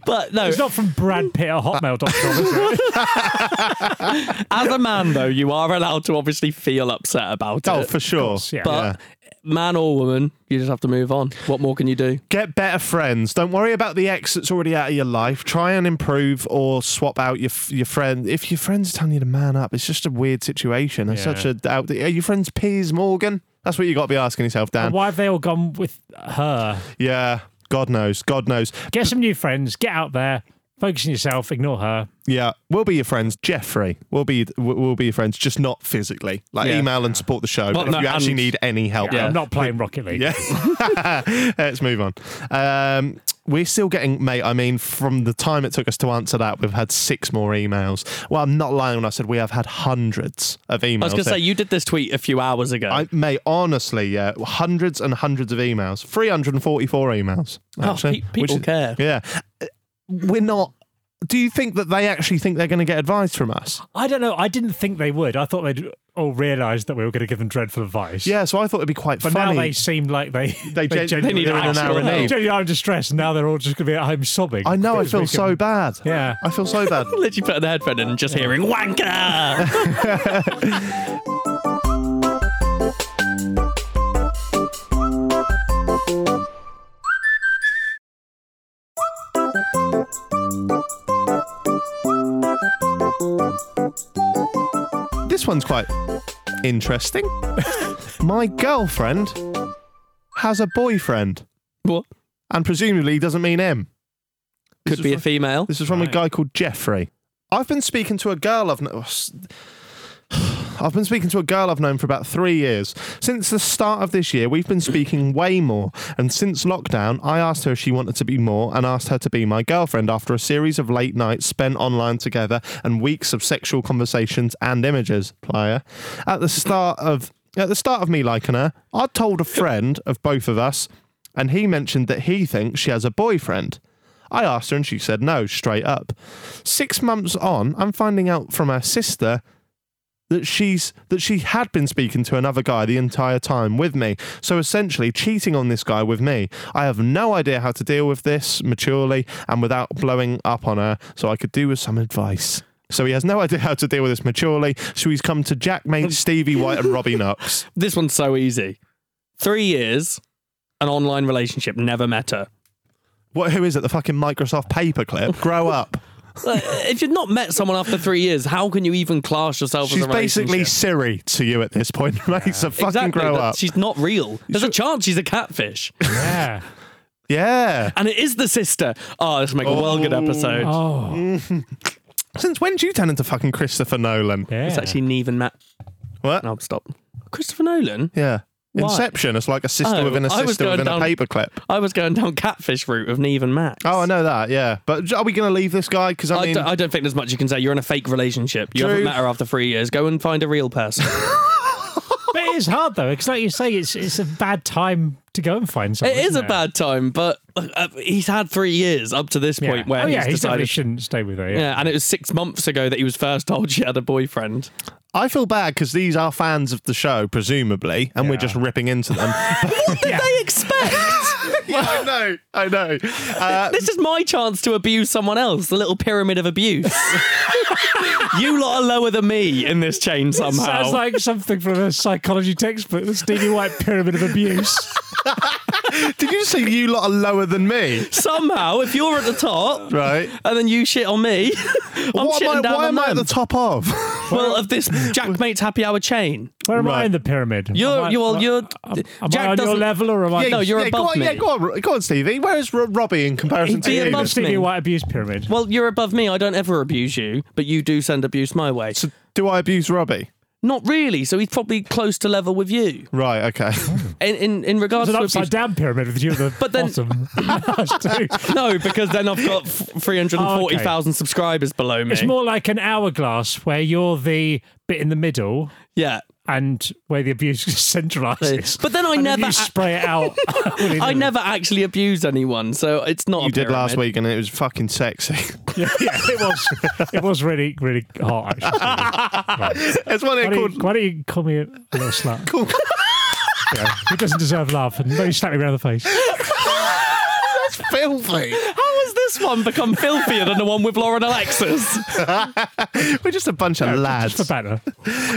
Speaker 4: But no,
Speaker 5: It's not from Brad Pitt at Hotmail.com. Is it?
Speaker 4: as a man though, you are allowed to obviously feel upset about
Speaker 3: Oh,
Speaker 4: it.
Speaker 3: for sure.
Speaker 5: course, yeah.
Speaker 4: But man or woman, you just have to move on. What more can you do?
Speaker 3: Get better friends. Don't worry about the ex that's already out of your life. Try and improve or swap out your your friend. If your friend's telling you to man up, it's just a weird situation. It's
Speaker 5: Yeah.
Speaker 3: such a out. Are your friends Piers Morgan? That's what you got to be asking yourself, Dan.
Speaker 5: Why have they all gone with her?
Speaker 3: Yeah, God knows. God knows.
Speaker 5: Get some new friends. Get out there. Focus on yourself. Ignore her.
Speaker 3: Yeah, we'll be your friends, Jeffrey. We'll be we'll we'll be your friends, just not physically. Like
Speaker 4: Yeah.
Speaker 3: email and support the show.
Speaker 4: Well,
Speaker 3: But if
Speaker 4: no,
Speaker 3: you actually
Speaker 4: and-
Speaker 3: need any help,
Speaker 5: I'm not playing Rocket League.
Speaker 3: Yeah. Let's move on. Um, We're still getting, mate. I mean, from the time it took us to answer that, we've had six more emails. Well, I'm not lying when I said we have had hundreds of emails.
Speaker 4: I was going to
Speaker 3: here.
Speaker 4: say, you did this tweet a few hours ago.
Speaker 3: I may honestly, yeah, hundreds and hundreds of emails, three hundred and forty-four emails.
Speaker 4: Oh,
Speaker 3: Actually,
Speaker 4: pe-
Speaker 3: which
Speaker 4: people
Speaker 3: is-
Speaker 4: care.
Speaker 3: Yeah, Uh, we're not. Do you think that they actually think they're going to get advice from us?
Speaker 5: I don't know. I didn't think they would. I thought they'd all realised that we were going to give them dreadful advice.
Speaker 3: Yeah, so I thought it'd be quite
Speaker 5: But
Speaker 3: funny.
Speaker 5: now they seem like they
Speaker 3: They gen-
Speaker 5: genuinely
Speaker 4: they need
Speaker 5: are.
Speaker 4: an hour and a half.
Speaker 5: Genuinely are in distress. Now they're all just going to be at home sobbing.
Speaker 3: I know. I
Speaker 5: Because
Speaker 3: feel
Speaker 5: we
Speaker 3: so
Speaker 5: can-
Speaker 3: bad.
Speaker 5: Yeah.
Speaker 3: I feel so bad.
Speaker 4: Literally put an headphone in and just hearing wanker.
Speaker 3: This one's quite interesting. My girlfriend has a boyfriend,
Speaker 4: what?
Speaker 3: and presumably doesn't mean him. This
Speaker 4: Could
Speaker 3: is
Speaker 4: be a
Speaker 3: from-
Speaker 4: female.
Speaker 3: This is from a guy called Jeffrey. I've been speaking to a girl I've. kno- I've been speaking to a girl I've known for about three years. Since the start of this year, we've been speaking way more. And since lockdown, I asked her if she wanted to be more and asked her to be my girlfriend after a series of late nights spent online together and weeks of sexual conversations and images, player. At the start of at the start of me liking her, I told a friend of both of us, and he mentioned that he thinks she has a boyfriend. I asked her and she said no, straight up. Six months on, I'm finding out from her sister that she's that she had been speaking to another guy the entire time with me. So essentially cheating on this guy with me. I have no idea how to deal with this maturely and without blowing up on her, so I could do with some advice. So he has no idea how to deal with this maturely, so he's come to Jack Mate, Stevie White, and Robbie Knox.
Speaker 4: This one's so easy. Three years, an online relationship, never met her.
Speaker 3: What who is it? The fucking Microsoft paperclip? Grow up.
Speaker 4: Like, if you've not met someone after three years, how can you even class yourself
Speaker 3: She's
Speaker 4: as a relationship?
Speaker 3: basically Siri to you at this point, mate. So fucking
Speaker 4: exactly,
Speaker 3: grow
Speaker 4: that-
Speaker 3: up.
Speaker 4: She's not real. There's a chance she's a catfish.
Speaker 5: Yeah.
Speaker 3: Yeah.
Speaker 4: and it is the sister. Oh, this will make a well good episode.
Speaker 5: Oh.
Speaker 3: Since when do you turn into fucking Christopher Nolan?
Speaker 5: Yeah.
Speaker 4: It's actually Neve and Matt.
Speaker 3: What?
Speaker 4: No, stop. Christopher Nolan?
Speaker 3: Yeah.
Speaker 4: Why?
Speaker 3: Inception. It's like a sister
Speaker 4: Oh,
Speaker 3: within a
Speaker 4: I was
Speaker 3: sister
Speaker 4: going
Speaker 3: within
Speaker 4: down-
Speaker 3: a paperclip.
Speaker 4: I was going down catfish route of Neve and Matt.
Speaker 3: Oh, I know that. Yeah. But are we going to leave this guy? Because I
Speaker 4: I,
Speaker 3: mean,
Speaker 4: don't, I don't think there's much you can say. You're in a fake relationship. You
Speaker 3: True.
Speaker 4: haven't met her after three years. Go and find a real person.
Speaker 5: But it is hard though, because like you say, it's it's a bad time to go and find someone.
Speaker 4: it is
Speaker 5: isn't
Speaker 4: a bad time, but uh, he's had three years up to this
Speaker 5: Yeah.
Speaker 4: point where
Speaker 5: oh, yeah,
Speaker 4: he's
Speaker 5: he definitely
Speaker 4: decided.
Speaker 5: shouldn't stay with her. Yeah.
Speaker 4: Yeah, and it was six months ago that he was first told she had a boyfriend.
Speaker 3: I feel bad because these are fans of the show, presumably, and we're
Speaker 5: Yeah.
Speaker 3: just ripping into them. what
Speaker 4: Did they expect?
Speaker 3: yeah, I know. I know. Uh,
Speaker 4: this is my chance to abuse someone else. The little pyramid of abuse. you lot are lower than me in this chain somehow.
Speaker 5: Sounds like something from a psychology textbook, the Stevie White Pyramid of Abuse.
Speaker 3: did you say you lot are lower than me?
Speaker 4: somehow, if you're at the top,
Speaker 3: Right.
Speaker 4: and then you shit on me, I'm
Speaker 3: what
Speaker 4: shitting
Speaker 3: am I,
Speaker 4: down
Speaker 3: why
Speaker 4: on
Speaker 3: am I at
Speaker 4: them.
Speaker 3: the top of?
Speaker 4: well, of this Jackmate's happy hour chain.
Speaker 5: Where am
Speaker 3: Right.
Speaker 5: I in the pyramid?
Speaker 4: You're,
Speaker 5: Am I-
Speaker 4: you're, you're.
Speaker 5: Am, am
Speaker 4: Jack
Speaker 5: I on your
Speaker 4: doesn't-
Speaker 5: level or am I?
Speaker 4: Yeah, No, you're
Speaker 3: yeah, go
Speaker 4: above
Speaker 3: on, Yeah,
Speaker 4: me.
Speaker 3: go on, go on, Stevie. Where is Ro- Robbie in comparison
Speaker 4: He'd
Speaker 3: to
Speaker 4: be
Speaker 3: you?
Speaker 4: above
Speaker 3: This-
Speaker 5: Stevie
Speaker 4: me.
Speaker 5: White Abuse Pyramid.
Speaker 4: Well, you're above me. I don't ever abuse you, but you do send abuse my way.
Speaker 3: So do I abuse Robbie?
Speaker 4: Not really. So he's probably close to level with you
Speaker 3: Right. Okay.
Speaker 4: in in, in regards
Speaker 5: It's an
Speaker 4: to
Speaker 5: upside
Speaker 4: abuse.
Speaker 5: down pyramid with you at the
Speaker 4: But then-
Speaker 5: bottom. That's too-
Speaker 4: No, because then I've got f- 340,000 subscribers below me.
Speaker 5: it's more like an hourglass where you're the bit in the middle
Speaker 4: yeah.
Speaker 5: and where the abuse centralizes.
Speaker 4: But then I
Speaker 5: And
Speaker 4: never
Speaker 5: you
Speaker 4: a-
Speaker 5: spray it out.
Speaker 4: I never actually abused anyone, so it's
Speaker 5: Oh.
Speaker 4: not.
Speaker 3: you
Speaker 4: a
Speaker 3: did last
Speaker 4: pyramid.
Speaker 3: week, and it was fucking sexy.
Speaker 5: yeah, yeah, it was. It was really, really hot. Actually.
Speaker 3: There's one here
Speaker 5: Why, don't
Speaker 3: called
Speaker 5: you, why don't you call me a little slut? Yeah, he doesn't deserve love, and then he slapped me around the face.
Speaker 3: filthy.
Speaker 4: How has this one become filthier than the one with Lauren Alexis?
Speaker 3: We're just a bunch of lads.
Speaker 5: Just for better.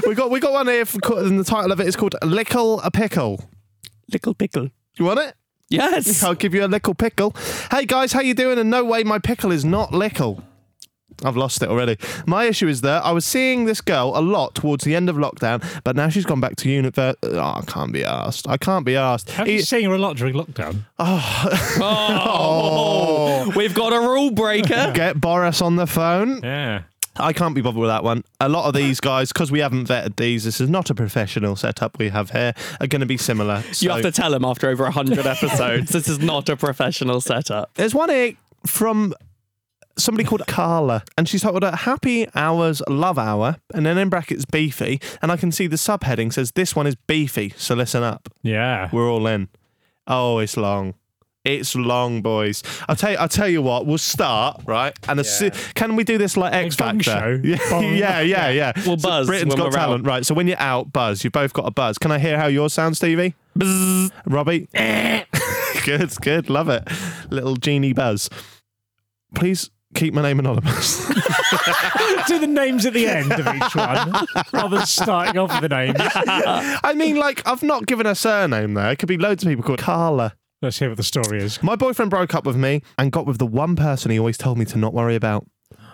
Speaker 3: we got we got one here. For, and the title of it is called "Lickle a Pickle."
Speaker 4: Little pickle.
Speaker 3: You want it?
Speaker 4: Yes.
Speaker 3: I'll give you a lickle pickle. Hey guys, how you doing? And no way, my pickle is not lickle. I've lost it already. My issue is that I was seeing this girl a lot towards the end of lockdown, but now she's gone back to university. Oh, I can't be asked. I can't be asked.
Speaker 5: Have you seen her a lot during lockdown?
Speaker 4: Oh, we've got a rule breaker.
Speaker 3: Get Boris on the phone.
Speaker 5: Yeah.
Speaker 3: I can't be bothered with that one. A lot of these guys, because we haven't vetted these, this is not a professional setup we have here, are going to be similar.
Speaker 4: You
Speaker 3: So-
Speaker 4: have to tell him after over 100 episodes. this is not a professional setup.
Speaker 3: There's one here from somebody called Carla, and she's titled it Happy Hours Love Hour, and then in brackets beefy. And I can see the subheading says this one is beefy, so listen up.
Speaker 5: Yeah.
Speaker 3: We're all in. Oh, it's long. It's long, boys. I'll tell you. I'll tell you what. We'll start right, and as soo- can we do this like X
Speaker 5: gong
Speaker 3: Factor?
Speaker 5: show.
Speaker 3: Yeah,
Speaker 5: Bong.
Speaker 3: yeah, yeah, yeah.
Speaker 4: We'll buzz
Speaker 3: Britain's
Speaker 4: when
Speaker 3: Got
Speaker 4: we're out.
Speaker 3: Talent, right? So when you're out, buzz. You've both got a buzz. Can I hear how yours sounds, Stevie? Buzz. Robbie. good, good. Love it. Little genie buzz. Please keep my name anonymous.
Speaker 5: Do the names at the end of each one rather than starting off with the names.
Speaker 3: I mean, like I've not given a surname there. It could be loads of people called Carla.
Speaker 5: Let's hear what the story is.
Speaker 3: My boyfriend broke up with me and got with the one person he always told me to not worry about.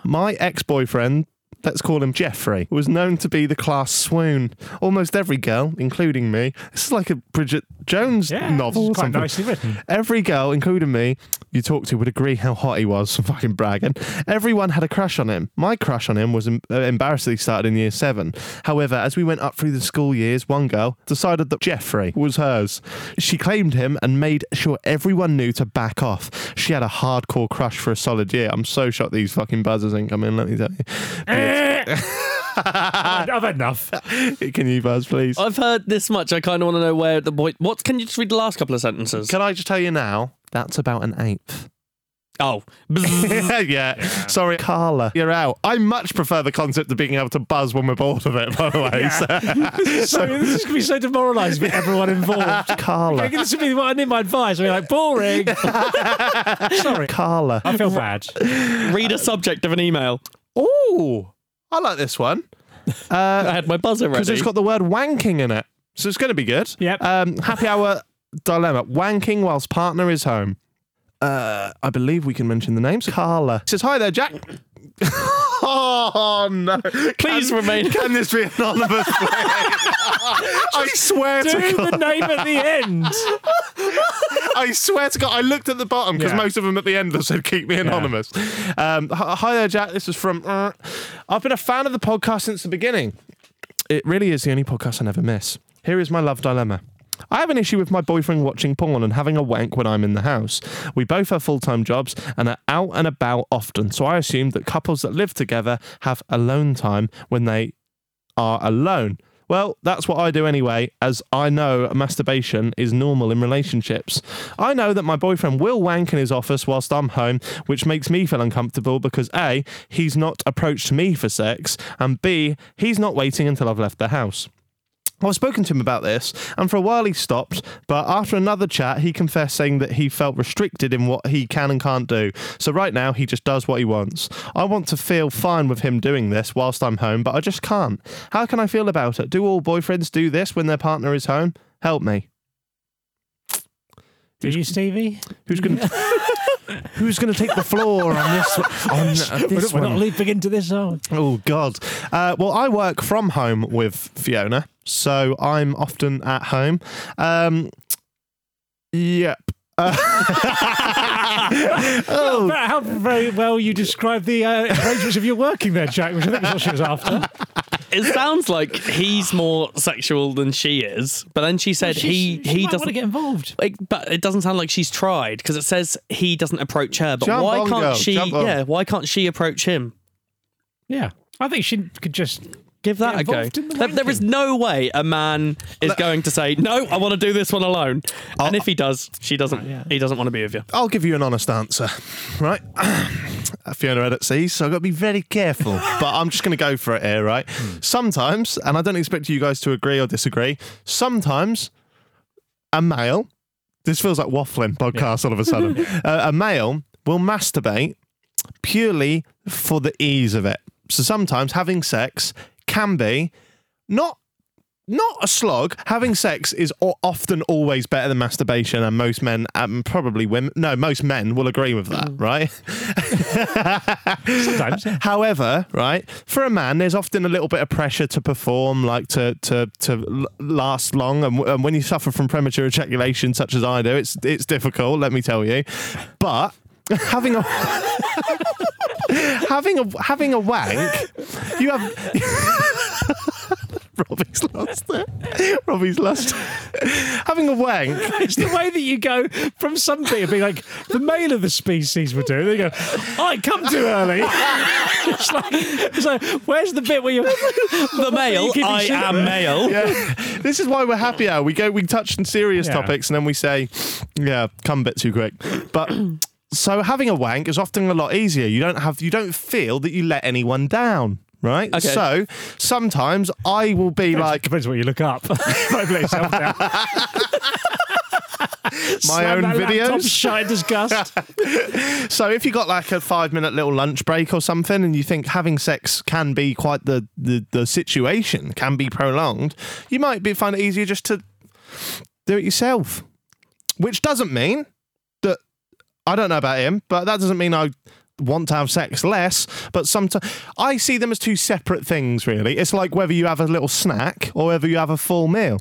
Speaker 3: My ex boyfriend, let's call him Jeffrey, was known to be the class swoon. Almost every girl, including me, this is like a Bridget Jones
Speaker 5: Yeah.
Speaker 3: novel
Speaker 5: it's
Speaker 3: or
Speaker 5: quite
Speaker 3: something.
Speaker 5: nicely written.
Speaker 3: Every girl, including me, you talked to would agree how hot he was. Fucking bragging. Everyone had a crush on him. My crush on him was em- uh, embarrassingly started in year seven. However, as we went up through the school years, one girl decided that Jeffrey was hers. She claimed him and made sure everyone knew to back off. She had a hardcore crush for a solid year. I'm so shocked these fucking buzzers ain't coming. Let me tell you.
Speaker 5: I've I've had enough.
Speaker 3: Can you buzz, please?
Speaker 4: I've heard this much. I kind of want to know where the boy. What can you just read the last couple of sentences?
Speaker 3: Can I just tell you now? That's about an eighth.
Speaker 4: oh, Bzzz.
Speaker 3: Mm-hmm. yeah. Sorry, Carla, you're out. I much prefer the concept of being able to buzz when we're bored of it, by the way.
Speaker 5: So, this is going to be so demoralising for everyone involved.
Speaker 3: So, Carla.
Speaker 5: Like, this would be what I need my advice. I'd be like, boring. Sorry.
Speaker 3: Carla.
Speaker 5: I feel bad.
Speaker 4: read a subject of an email.
Speaker 3: Ooh, I like this one.
Speaker 4: I had my buzzer
Speaker 3: Because
Speaker 4: ready.
Speaker 3: it's got the word wanking in it. So it's going to be good.
Speaker 5: Yep.
Speaker 3: Um, happy hour dilemma. Wanking whilst partner is home. Uh, I believe we can mention the names. Carla says, Hi there, Jack. oh, no.
Speaker 4: Please
Speaker 3: Can-
Speaker 4: remain-
Speaker 3: Can this be anonymous? please? I swear
Speaker 5: Do
Speaker 3: to God.
Speaker 5: the name at the end.
Speaker 3: I swear to God, I looked at the bottom because
Speaker 5: Yeah.
Speaker 3: most of them at the end that said "keep me anonymous." Um, hi hi there, Jack. This is from. uh, I've been a fan of the podcast since the beginning. It really is the only podcast I never miss. Here is my love dilemma. I have an issue with my boyfriend watching porn and having a wank when I'm in the house. We both have full time jobs and are out and about often, so I assume that couples that live together have alone time when they are alone. Well, that's what I do anyway, as I know masturbation is normal in relationships. I know that my boyfriend will wank in his office whilst I'm home, which makes me feel uncomfortable because A, he's not approached me for sex, and B, he's not waiting until I've left the house. I've spoken to him about this, and for a while he stopped, but after another chat, he confessed saying that he felt restricted in what he can and can't do. So right now, he just does what he wants. I want to feel fine with him doing this whilst I'm home, but I just can't. How can I feel about it? Do all boyfriends do this when their partner is home? Help me.
Speaker 5: Do you, Stevie?
Speaker 3: Who's going to. Who's going to take the floor on this one? On
Speaker 5: We're
Speaker 3: this
Speaker 5: not, we're not
Speaker 3: one?
Speaker 5: leaping into this. Are
Speaker 3: Oh God! Uh, well, I work from home with Fiona, so I'm often at home. Um, yep. Uh,
Speaker 5: we?
Speaker 3: oh,
Speaker 5: But how very well you describe the uh, arrangements of your working there, Jack, which I think is what she was after.
Speaker 4: it sounds like he's more sexual than she is, but then she said he he
Speaker 5: might want to
Speaker 4: doesn't.
Speaker 5: get involved.
Speaker 4: Like, but it doesn't sound like she's tried because it says he doesn't approach her. But
Speaker 3: Jump
Speaker 4: why
Speaker 3: on,
Speaker 4: can't
Speaker 3: girl,
Speaker 4: she?
Speaker 3: jump on.
Speaker 4: Yeah, why can't she approach him?
Speaker 5: Yeah, I think she could just.
Speaker 4: Give that
Speaker 5: Get
Speaker 4: a go.
Speaker 5: involved in the
Speaker 4: There- there is
Speaker 5: wanking.
Speaker 4: no way a man is going to say no. I want to do this one alone.
Speaker 3: Oh.
Speaker 4: and if he does, she doesn't. He doesn't want to be with you.
Speaker 3: I'll give you an honest answer, right? Fiona edit sees, so I've got to be very careful. but I'm just going to go for it here, right? Sometimes, and I don't expect you guys to agree or disagree. Sometimes, a male. This feels like waffling podcast all of a sudden. uh, a male will masturbate purely for the ease of it. So sometimes having sex can be not not a slog. Having sex is o- often always better than masturbation, and most men and probably women, no, most men will agree with that, right?
Speaker 5: Sometimes, yeah.
Speaker 3: However, right for a man, there's often a little bit of pressure to perform, like to to to l- last long. And, w- and when you suffer from premature ejaculation, such as I do, it's it's difficult. Let me tell you. But having a having a having a wank. You have. Robbie's lost it. Robbie's lost. having a wank.
Speaker 5: It's the way that you go from some people being like the male of the species would do. They go, I come too early. it's like, it's like, where's the bit where you're
Speaker 4: the male,
Speaker 5: Keeping
Speaker 4: I
Speaker 5: shit
Speaker 4: am
Speaker 5: with.
Speaker 4: male.
Speaker 3: Yeah. This is why we're happy hour. We go we touch on serious
Speaker 5: Yeah.
Speaker 3: topics and then we say, Yeah, come a bit too quick. But so having a wank is often a lot easier. You don't have you don't feel that you let anyone down. Right?
Speaker 4: Okay.
Speaker 3: So sometimes I will be like
Speaker 5: depends what you look up. Don't let yourself down.
Speaker 3: my
Speaker 5: Slam
Speaker 3: own
Speaker 5: that laptop
Speaker 3: videos.
Speaker 5: shut in disgust.
Speaker 3: So if you got like a five minute little lunch break or something and you think having sex can be quite the, the, the situation, can be prolonged, you might be find it easier just to do it yourself. Which doesn't mean that I don't know about him, but that doesn't mean I want to have sex less. But sometimes I see them as two separate things, really. It's like whether you have a little snack or whether you have a full meal.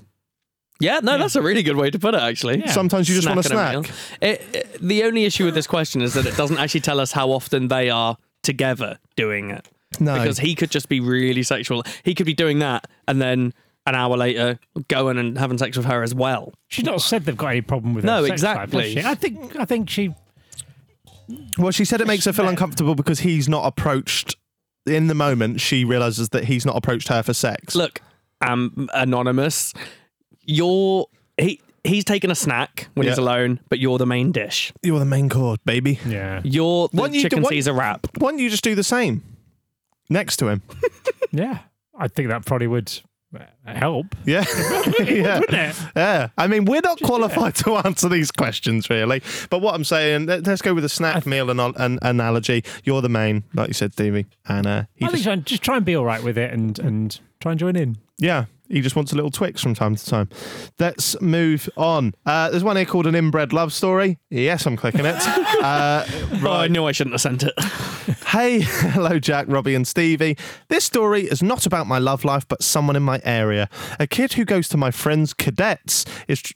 Speaker 4: Yeah, no, that's a really good way to put it, actually.
Speaker 5: Yeah.
Speaker 3: Sometimes you just want a
Speaker 4: Snack and
Speaker 3: snack.
Speaker 4: a meal. It, it- the only issue with this question is that it doesn't actually tell us how often they are together doing it.
Speaker 3: No.
Speaker 4: Because he could just be really sexual. He could be doing that and then an hour later going and having sex with her as well.
Speaker 5: She's not said they've got any problem with her
Speaker 4: No,
Speaker 5: sex life, has
Speaker 4: exactly.
Speaker 5: she? I think I think she
Speaker 3: Well, she said it makes her feel uncomfortable because he's not approached. In the moment, she realizes that he's not approached her for sex.
Speaker 4: Look, um, anonymous, you're he he's taking a snack when he's
Speaker 3: Yeah.
Speaker 4: alone, but you're the main dish.
Speaker 3: You're the main chord, baby.
Speaker 5: Yeah.
Speaker 4: You're the
Speaker 3: What you do-
Speaker 4: chicken
Speaker 3: what-
Speaker 4: Caesar wrap.
Speaker 3: Why don't you just do the same next to him?
Speaker 5: Yeah. I think that probably would uh, help.
Speaker 3: Yeah, yeah,
Speaker 5: it?
Speaker 3: yeah. I mean, we're not qualified to answer these questions, really. But what I'm saying, let- let's go with a snack meal and an analogy. You're the main, like you said, Stevie, and uh, he
Speaker 5: I
Speaker 3: just,
Speaker 5: think so. just try and be all right with it and and try and join in.
Speaker 3: yeah, he just wants a little Twix from time to time. Let's move on. Uh, there's one here called an inbred love story. Yes, I'm clicking it. uh,
Speaker 4: Oh, I knew I shouldn't have sent it.
Speaker 3: Hey, hello, Jack, Robbie, and Stevie. This story is not about my love life, but someone in my area. A kid who goes to my friend's cadets is tr-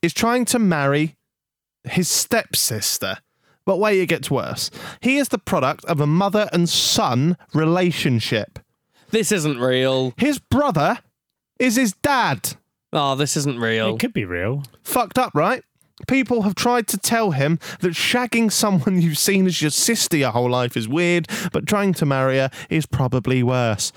Speaker 3: is trying to marry his stepsister. But wait, it gets worse. He is the product of a mother and son relationship.
Speaker 4: This isn't real.
Speaker 3: His brother is his dad.
Speaker 4: Oh, this isn't real.
Speaker 5: It could be real.
Speaker 3: Fucked up, right? People have tried to tell him that shagging someone you've seen as your sister your whole life is weird, but trying to marry her is probably worse.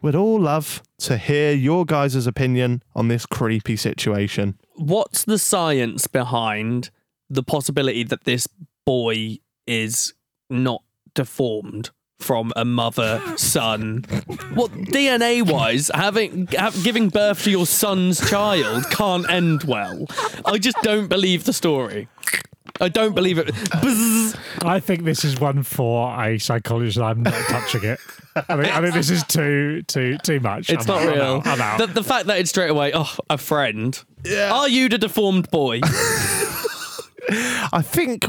Speaker 3: We'd all love to hear your guys' opinion on this creepy situation.
Speaker 4: what's the science behind the possibility that this boy is not deformed from a mother son what dna wise having have, giving birth to your son's child can't end well i just don't believe the story i don't believe it Bzzz.
Speaker 5: I think this is one for a psychologist. and I'm not touching it. I think, I think this is too too too much.
Speaker 4: it's
Speaker 5: I'm
Speaker 4: not
Speaker 5: out,
Speaker 4: real
Speaker 5: I'm out. I'm out.
Speaker 4: The, the fact that it's straight away oh a friend are you the deformed boy
Speaker 3: I think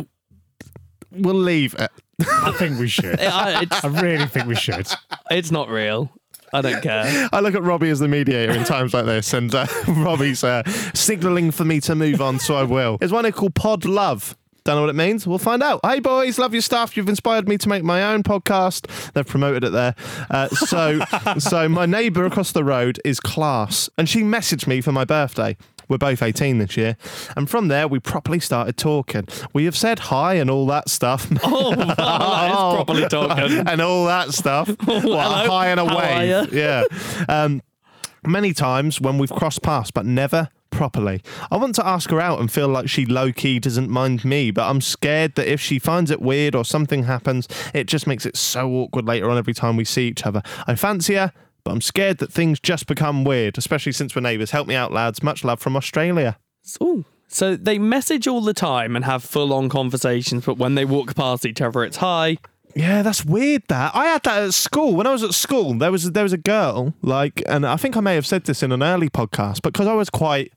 Speaker 3: we'll leave it.
Speaker 5: I think we should.
Speaker 4: I- it's,
Speaker 5: I really think we should.
Speaker 4: it's not real i don't care
Speaker 3: I look at Robbie as the mediator in times like this, and uh, Robbie's uh, signalling for me to move on, so I will. There's one here called Pod Love. Don't know what it means. We'll find out. Hey, boys, love your stuff. You've inspired me to make my own podcast. They've promoted it there. Uh, so, so my neighbour across the road is class, and she messaged me for my birthday. We're both 18 this year. And from there, we properly started talking. We have said hi and all that stuff.
Speaker 4: Oh, wow, that is
Speaker 3: Oh.
Speaker 4: properly talking.
Speaker 3: and all that stuff. what, a
Speaker 4: hello.
Speaker 3: high and a
Speaker 4: How
Speaker 3: wave.
Speaker 4: are
Speaker 3: Yeah. Um, many times when we've crossed paths, but never properly. I want to ask her out and feel like she low key doesn't mind me, but I'm scared that if she finds it weird or something happens, it just makes it so awkward later on every time we see each other. I fancy her. But I'm scared that things just become weird, especially since we're neighbours. Help me out, lads. Much love from Australia.
Speaker 4: Ooh. So they message all the time and have full on conversations, but when they walk past each other, it's hi.
Speaker 3: Yeah, that's weird. That I had that at school. When I was at school, there was there was a girl like, and I think I may have said this in an early podcast, but because I was quite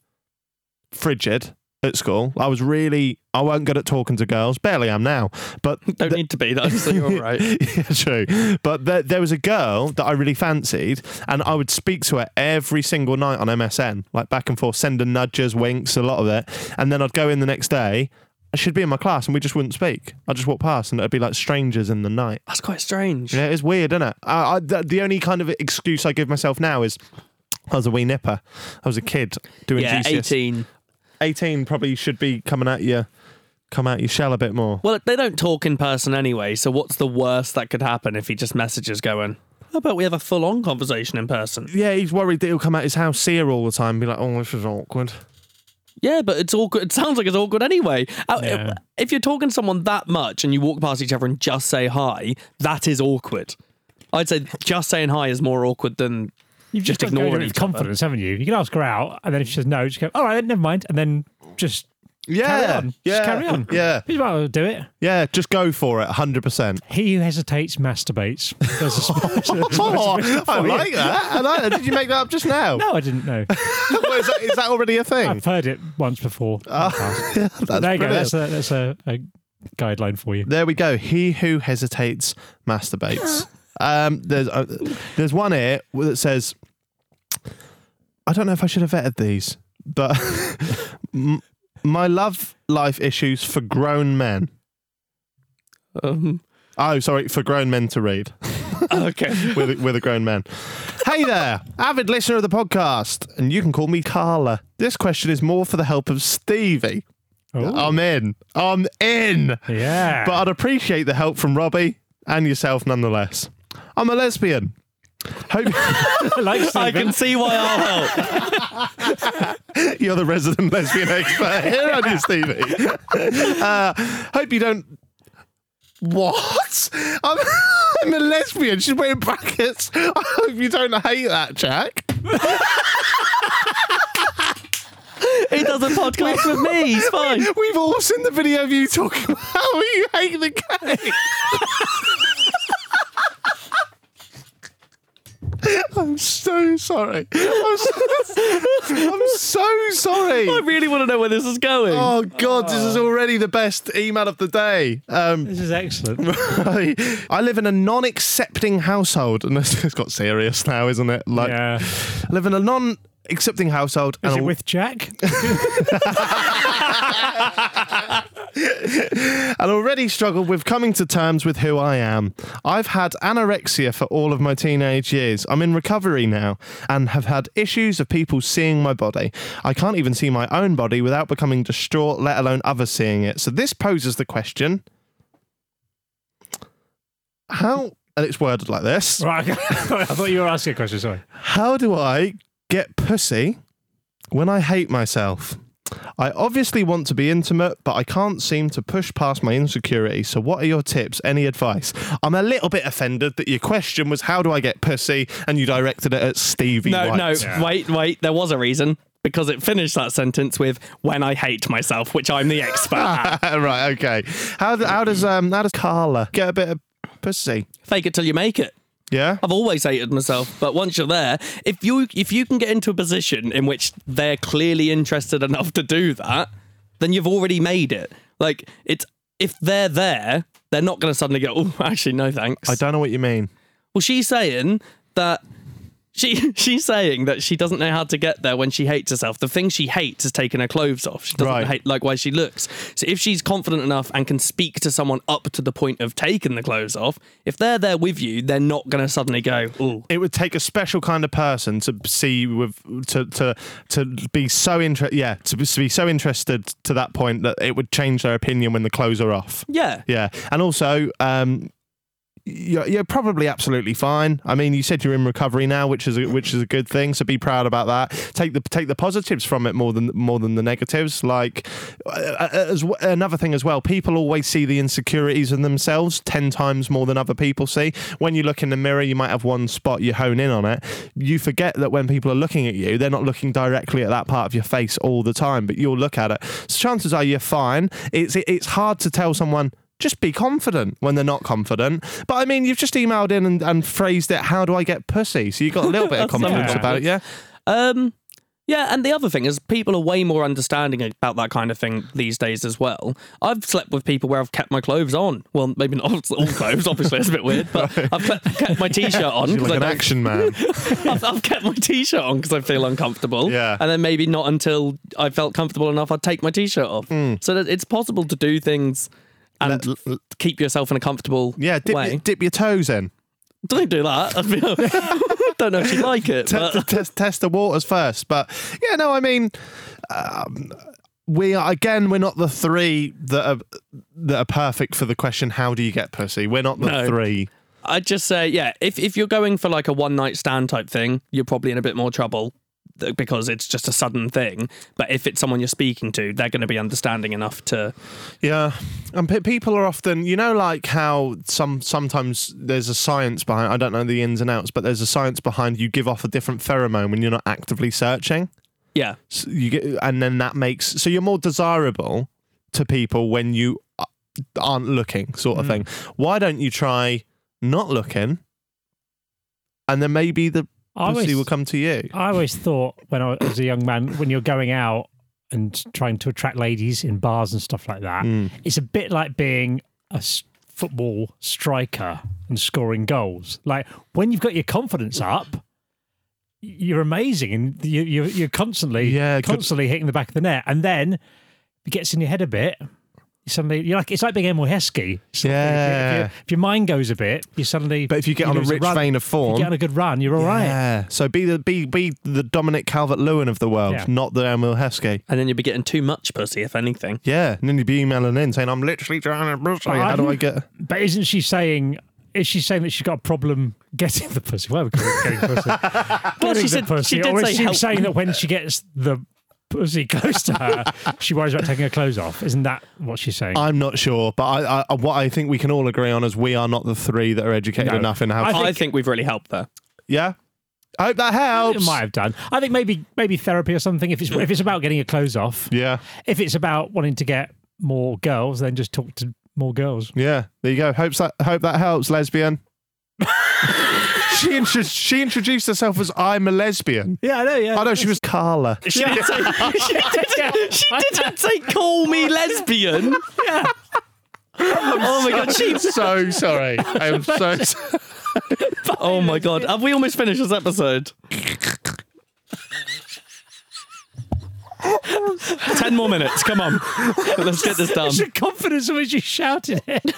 Speaker 3: frigid at school, I was really I weren't good at talking to girls. Barely am now, but
Speaker 4: Don't need to be that. So you're all right.
Speaker 3: yeah, true. But there, there was a girl that I really fancied, and I would speak to her every single night on MSN, like back and forth, sending nudges, winks, a lot of it. And then I'd go in the next day, she'd be in my class and we just wouldn't speak. I'd just walk past and it'd be like strangers in the night.
Speaker 4: That's quite strange.
Speaker 3: Yeah, it's weird, isn't it? I, I, the, the only kind of excuse I give myself now is I was a wee nipper. I was a kid doing
Speaker 4: Yeah,
Speaker 3: GCSE.
Speaker 4: 18.
Speaker 3: 18 probably should be coming at you, come out your shell a bit more.
Speaker 4: Well, they don't talk in person anyway, so what's the worst that could happen if he just messages going, How about we have a full on conversation in person?
Speaker 3: Yeah, he's worried that he'll come out his house, see her all the time, and be like, oh, this is awkward.
Speaker 4: Yeah, but it's awkward. It sounds like it's awkward anyway. Uh,
Speaker 5: Yeah.
Speaker 4: If you're talking to someone that much and you walk past each other and just say hi, that is awkward. I'd say just saying hi is more awkward than
Speaker 5: You've
Speaker 4: just
Speaker 5: got to go
Speaker 4: ignoring
Speaker 5: in with
Speaker 4: each other.
Speaker 5: confidence, haven't you? You can ask her out, and then if she says no, just go. All right, then, never mind, and then just
Speaker 3: Yeah.
Speaker 5: carry on.
Speaker 3: Yeah.
Speaker 5: Just carry on.
Speaker 3: Yeah.
Speaker 5: you might as well do it.
Speaker 3: Yeah, just go for it, 100%.
Speaker 5: He who hesitates masturbates. There's a spice- there's a
Speaker 3: Oh,
Speaker 5: spice-
Speaker 3: I like that. I like that. Did you make that up just now?
Speaker 5: No, I didn't know.
Speaker 3: Well, is, that, is that already a thing?
Speaker 5: I've heard it once before.
Speaker 3: Ah, That's
Speaker 5: there you go.
Speaker 3: brilliant.
Speaker 5: That's a, that's a, a guideline for you.
Speaker 3: There we go. He who hesitates masturbates. um, there's uh, there's one here that says, I don't know if I should have vetted these, but m- my love life issues for grown men.
Speaker 4: um,
Speaker 3: Oh, sorry, for grown men to read.
Speaker 4: okay.
Speaker 3: We're the, we're the grown men. Hey there, avid listener of the podcast, and you can call me Carla. This question is more for the help of Stevie.
Speaker 5: Oh,
Speaker 3: I'm in. I'm in.
Speaker 5: yeah.
Speaker 3: but I'd appreciate the help from Robbie and yourself nonetheless. I'm a lesbian. Hope
Speaker 5: I like
Speaker 4: I
Speaker 5: Stephen.
Speaker 4: can see why I'll help.
Speaker 3: you're the resident lesbian expert here on your TV. Uh, hope you don't. What? I'm, I'm a lesbian. She's wearing brackets. I hope you don't hate that, Jack.
Speaker 4: He does a podcast with me. He's fine.
Speaker 3: We've all seen the video of you talking about how you hate the cake. I'm so sorry. I'm so, I'm so
Speaker 4: I
Speaker 3: sorry.
Speaker 4: really want to know where this is going.
Speaker 3: Oh God, this is already the best email of the day. Um,
Speaker 5: This is excellent.
Speaker 3: I live in a non-accepting household, and this has got serious now, isn't it? Like,
Speaker 5: Yeah.
Speaker 3: I live in a non-accepting household,
Speaker 5: Is
Speaker 3: and
Speaker 5: it
Speaker 3: a-
Speaker 5: with Jack?
Speaker 3: and already struggled with coming to terms with who I am. I've had anorexia for all of my teenage years. I'm in recovery now and have had issues of people seeing my body. I can't even see my own body without becoming distraught, let alone others seeing it. So this poses the question how, and it's worded like this
Speaker 5: right. okay. I thought you were asking a question. Sorry.
Speaker 3: how do I get pussy when I hate myself? I obviously want to be intimate, but I can't seem to push past my insecurity. So, what are your tips? Any advice? I'm a little bit offended that your question was, How do I get pussy? and you directed it at Stevie.
Speaker 4: no,
Speaker 3: White.
Speaker 4: no, wait, wait. There was a reason because it finished that sentence with "when I hate myself," which I'm the expert at.
Speaker 3: right, okay. How, do, how does um how does Carla get a bit of pussy?
Speaker 4: Fake it till you make it.
Speaker 3: Yeah,
Speaker 4: I've always hated myself, but once you're there, if you if you can get into a position in which they're clearly interested enough to do that, then you've already made it. Like it's if they're there, they're not going to suddenly go, "Oh, actually, no, thanks."
Speaker 3: I don't know what you mean.
Speaker 4: Well, she's saying that she she's saying that she doesn't know how to get there when she hates herself. The thing she hates is taking her clothes off. She doesn't
Speaker 3: Right.
Speaker 4: hate like why she looks. So if she's confident enough and can speak to someone up to the point of taking the clothes off, if they're there with you, they're not going to suddenly go, "Ooh,
Speaker 3: it would take a special kind of person to see with to to to be so inter yeah to be, to be so interested to that point that it would change their opinion when the clothes are off
Speaker 4: yeah."
Speaker 3: yeah and also um you're, you're probably absolutely fine i mean you said you're in recovery now which is a, which is a good thing so be proud about that take the take the positives from it more than more than the negatives like uh, as w- another thing as well people always see the insecurities in themselves 10 times more than other people see when you look in the mirror you might have one spot you hone in on it you forget that when people are looking at you they're not looking directly at that part of your face all the time but you'll look at it so chances are you're fine it's it's hard to tell someone just be confident when they're not confident. But I mean, you've just emailed in and, and phrased it, how do I get pussy? So you got a little bit of confidence
Speaker 5: Yeah.
Speaker 3: about it, yeah?
Speaker 4: Um Yeah, and the other thing is people are way more understanding about that kind of thing these days as well. I've slept with people where I've kept my clothes on. Well, maybe not all clothes, obviously, it's a bit weird, but I've kept, kept my t-shirt on.
Speaker 3: You're like
Speaker 4: 'cause I
Speaker 3: an
Speaker 4: don't-
Speaker 3: action man.
Speaker 4: I've, I've kept my t-shirt on because I feel uncomfortable.
Speaker 3: Yeah.
Speaker 4: and then maybe not until I felt comfortable enough, I'd take my t-shirt off. So that it's possible to do things and
Speaker 3: Hmm. Let- l-
Speaker 4: keep yourself in a comfortable
Speaker 3: Yeah, dip,
Speaker 4: way.
Speaker 3: your, dip your toes in.
Speaker 4: Don't do that. I feel, don't know if you like it.
Speaker 3: Te-
Speaker 4: But
Speaker 3: te- test, test the waters first. But yeah, no, I mean, um, we are again, we're not the three that are that are perfect for the question. How do you get pussy? We're not the
Speaker 4: No.
Speaker 3: three.
Speaker 4: I'd just say, yeah, if if you're going for like a one night stand type thing, you're probably in a bit more trouble th- because it's just a sudden thing. But if it's someone you're speaking to, they're going to be understanding enough to.
Speaker 3: Yeah, and pe- people are often, you know, like how some sometimes there's a science behind. I don't know the ins and outs, but there's a science behind. You give off a different pheromone when you're not actively searching.
Speaker 4: Yeah,
Speaker 3: So you get, and then that makes so you're more desirable to people when you a- aren't looking, sort
Speaker 5: Mm.
Speaker 3: of thing. Why don't you try not looking, and then maybe the
Speaker 5: I
Speaker 3: pussy
Speaker 5: always-
Speaker 3: will come to you.
Speaker 5: I always thought when I was a young man, when you're going out and trying to attract ladies in bars and stuff like that,
Speaker 3: Mm.
Speaker 5: it's a bit like being a s- football striker and scoring goals. Like when you've got your confidence up, you're amazing and you, you, you're constantly,
Speaker 3: Yeah, good-
Speaker 5: constantly hitting the back of the net. And then it gets in your head a bit. Suddenly, you're like it's like being Emil Heskey. Suddenly, if you-
Speaker 3: Yeah.
Speaker 5: If, you- if your mind goes a bit, you suddenly.
Speaker 3: But if you get on a
Speaker 5: lose
Speaker 3: rich
Speaker 5: run.
Speaker 3: vein of
Speaker 5: If
Speaker 3: form-
Speaker 5: you get on a good run, you're all right.
Speaker 3: Yeah. So be the be be the Dominic Calvert Lewin of the world,
Speaker 5: Yeah.
Speaker 3: not the Emil Heskey.
Speaker 4: and then you'll be getting too much pussy, if anything.
Speaker 3: Yeah, and then you'd be emailing in saying, "I'm literally trying to pussy. Oh, How do I get?"
Speaker 5: But isn't she saying? Is she saying that she's got a problem getting the pussy? Why are we calling it getting pussy?
Speaker 4: Well,
Speaker 5: Getting
Speaker 4: she
Speaker 5: the
Speaker 4: said
Speaker 5: pussy.
Speaker 4: she did
Speaker 5: or is
Speaker 4: say
Speaker 5: she
Speaker 4: help.
Speaker 5: saying that when she gets the pussy close to her, she worries about taking her clothes off? Isn't that what she's saying?
Speaker 3: I'm not sure, but I, I, what I think we can all agree on is we are not the three that are educated
Speaker 5: No.
Speaker 3: enough in how.
Speaker 4: I
Speaker 5: I
Speaker 4: think,
Speaker 5: think-
Speaker 4: we've really helped there.
Speaker 3: yeah, I hope that helps.
Speaker 5: it might have done. I think maybe maybe therapy or something. If it's if it's about getting your clothes off,
Speaker 3: Yeah,
Speaker 5: if it's about wanting to get more girls, then just talk to more girls.
Speaker 3: yeah. There you go. Hopes that hope that helps, lesbian. she intro- she introduced herself as I'm a lesbian.
Speaker 5: Yeah, I know. Yeah,
Speaker 3: I know she was Carla.
Speaker 4: She did say, she didn't, she didn't say call me lesbian. Yeah. oh my god, she.
Speaker 3: so sorry. I'm so sorry.
Speaker 4: Oh my god, have we almost finished this episode? Ten more minutes. Come on, let's get this done.
Speaker 5: It's the confidence in which you shouted it.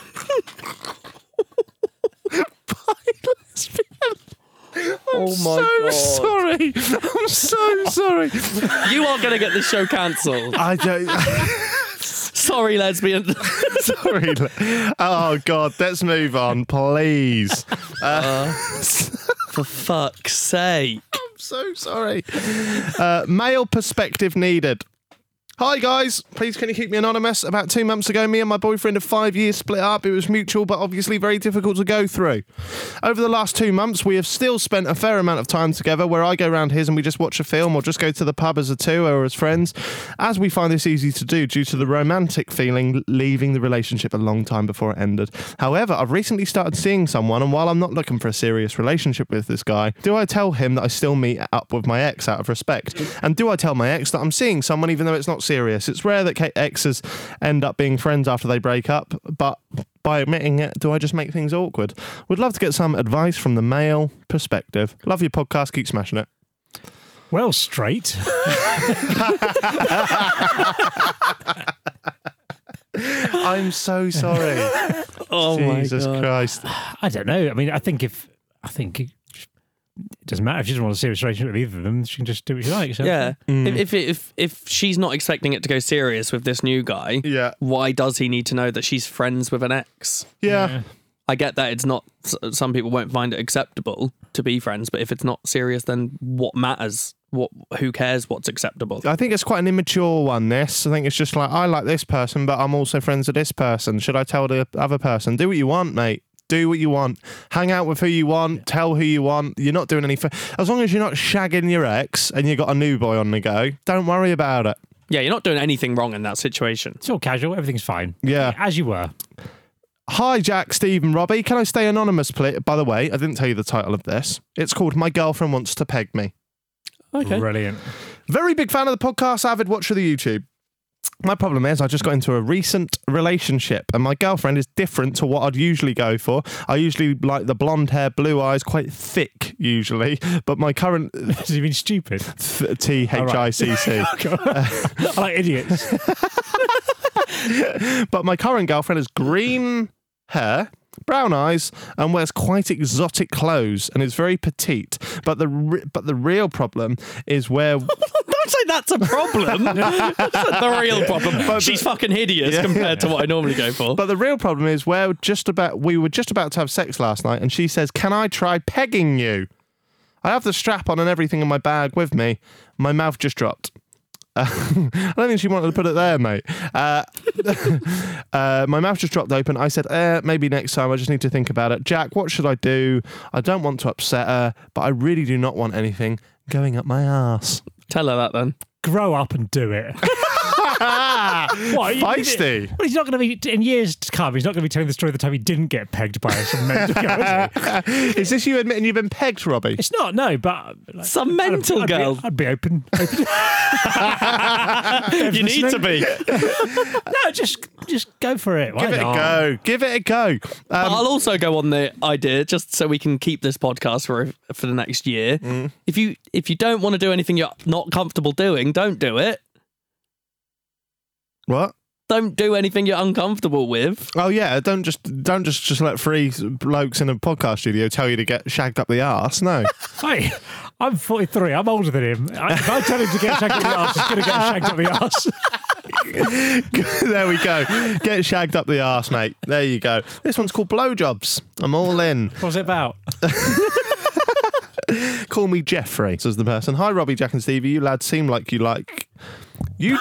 Speaker 4: Oh my
Speaker 3: sorry. I'm so sorry.
Speaker 4: god, you are going to get this show cancelled.
Speaker 3: I don't.
Speaker 4: Sorry, lesbian.
Speaker 3: Sorry. Oh God, let's move on, please.
Speaker 4: For fuck's sake.
Speaker 3: so sorry. Uh, male perspective needed. Hi guys, please can you keep me anonymous? About two months ago, me and my boyfriend of five years split up. It was mutual, but obviously very difficult to go through. Over the last two months, we have still spent a fair amount of time together where I go round his and we just watch a film or just go to the pub as a two or as friends, as we find this easy to do due to the romantic feeling leaving the relationship a long time before it ended. However, I've recently started seeing someone, and while I'm not looking for a serious relationship with this guy, do I tell him that I still meet up with my ex out of respect? And do I tell my ex that I'm seeing someone even though it's not serious? It's rare that ca- exes end up being friends after they break up, but by admitting it, do I just make things awkward? Would love to get some advice from the male perspective. Love your podcast. Keep smashing it.
Speaker 5: Well, straight.
Speaker 3: I'm so sorry.
Speaker 4: Oh
Speaker 3: Jesus
Speaker 4: my god.
Speaker 3: Christ.
Speaker 5: I don't know. I mean, I think if I think it doesn't matter if she doesn't want a serious relationship with either of them, she can just do what she likes.
Speaker 4: Yeah. If, if if if she's not expecting it to go serious with this new guy,
Speaker 3: Yeah.
Speaker 4: why does he need to know that she's friends with an ex?
Speaker 3: Yeah.
Speaker 4: I get that it's not. s- Some people won't find it acceptable to be friends, but if it's not serious, then what matters? What? Who cares? What's acceptable?
Speaker 3: I think it's quite an immature one, this. I think it's just like, I like this person, but I'm also friends with this person. Should I tell the other person? Do what you want, mate. Do what you want. Hang out with who you want. Tell who you want. You're not doing anything. As long as you're not shagging your ex and you got a new boy on the go, don't worry about it.
Speaker 4: Yeah, you're not doing anything wrong in that situation.
Speaker 5: It's all casual. Everything's fine.
Speaker 3: Yeah.
Speaker 5: As you were.
Speaker 3: Hi, Jack, Steve, and Robbie. Can I stay anonymous, please? By the way, I didn't tell you the title of this. It's called My Girlfriend Wants to Peg Me.
Speaker 4: Okay.
Speaker 5: Brilliant.
Speaker 3: Very big fan of the podcast, avid watcher of the YouTube. My problem is, I just got into a recent relationship, and my girlfriend is different to what I'd usually go for. I usually like the blonde hair, blue eyes, quite thick, usually, but my current
Speaker 5: Does he mean stupid?
Speaker 3: T H I C C.
Speaker 5: I like idiots.
Speaker 3: But my current girlfriend has green hair, brown eyes, and wears quite exotic clothes, and is very petite. But the re- but the real problem is where
Speaker 4: Don't say that's a problem. that's not the real problem. She's fucking hideous compared to what I normally go for.
Speaker 3: But the real problem is we're just about we were just about to have sex last night and she says, "Can I try pegging you?" I have the strap on and everything in my bag with me. My mouth just dropped. Uh, I don't think she wanted to put it there, mate. Uh, uh, my mouth just dropped open. I said, eh, maybe next time. I just need to think about it. Jack, what should I do? I don't want to upset her, but I really do not want anything going up my ass.
Speaker 4: Tell her that then.
Speaker 5: Grow up and do it. what, you-
Speaker 3: Feisty.
Speaker 5: Well, he's not going to be in years to come. He's not going to be telling the story of the time he didn't get pegged by us. and meant to go, is he?
Speaker 3: Is this you admitting you've been pegged, Robbie?
Speaker 5: It's not no, but like,
Speaker 4: Some mental
Speaker 5: I'd be,
Speaker 4: girl.
Speaker 5: I'd be open. open.
Speaker 4: you need to be.
Speaker 5: no, just just go for it. Why
Speaker 3: Give it a
Speaker 5: not?
Speaker 3: go. Give it a go. Um,
Speaker 4: I'll also go on the idea just so we can keep this podcast for for the next year.
Speaker 3: Mm.
Speaker 4: If you if you don't want to do anything you're not comfortable doing, don't do it.
Speaker 3: what?
Speaker 4: Don't do anything you're uncomfortable with.
Speaker 3: Oh yeah, don't just don't just just let three blokes in a podcast studio tell you to get shagged up the arse. No,
Speaker 5: Hey, I'm 43. I'm older than him. I, if I tell him to get shagged up the arse, he's going to get shagged up the arse.
Speaker 3: there we go. Get shagged up the arse, mate. There you go. This one's called blowjobs. I'm all in.
Speaker 5: What's it about?
Speaker 3: Call me Jeffrey. Says the person. Hi, Robbie, Jack, and Stevie. You lads seem like you like you.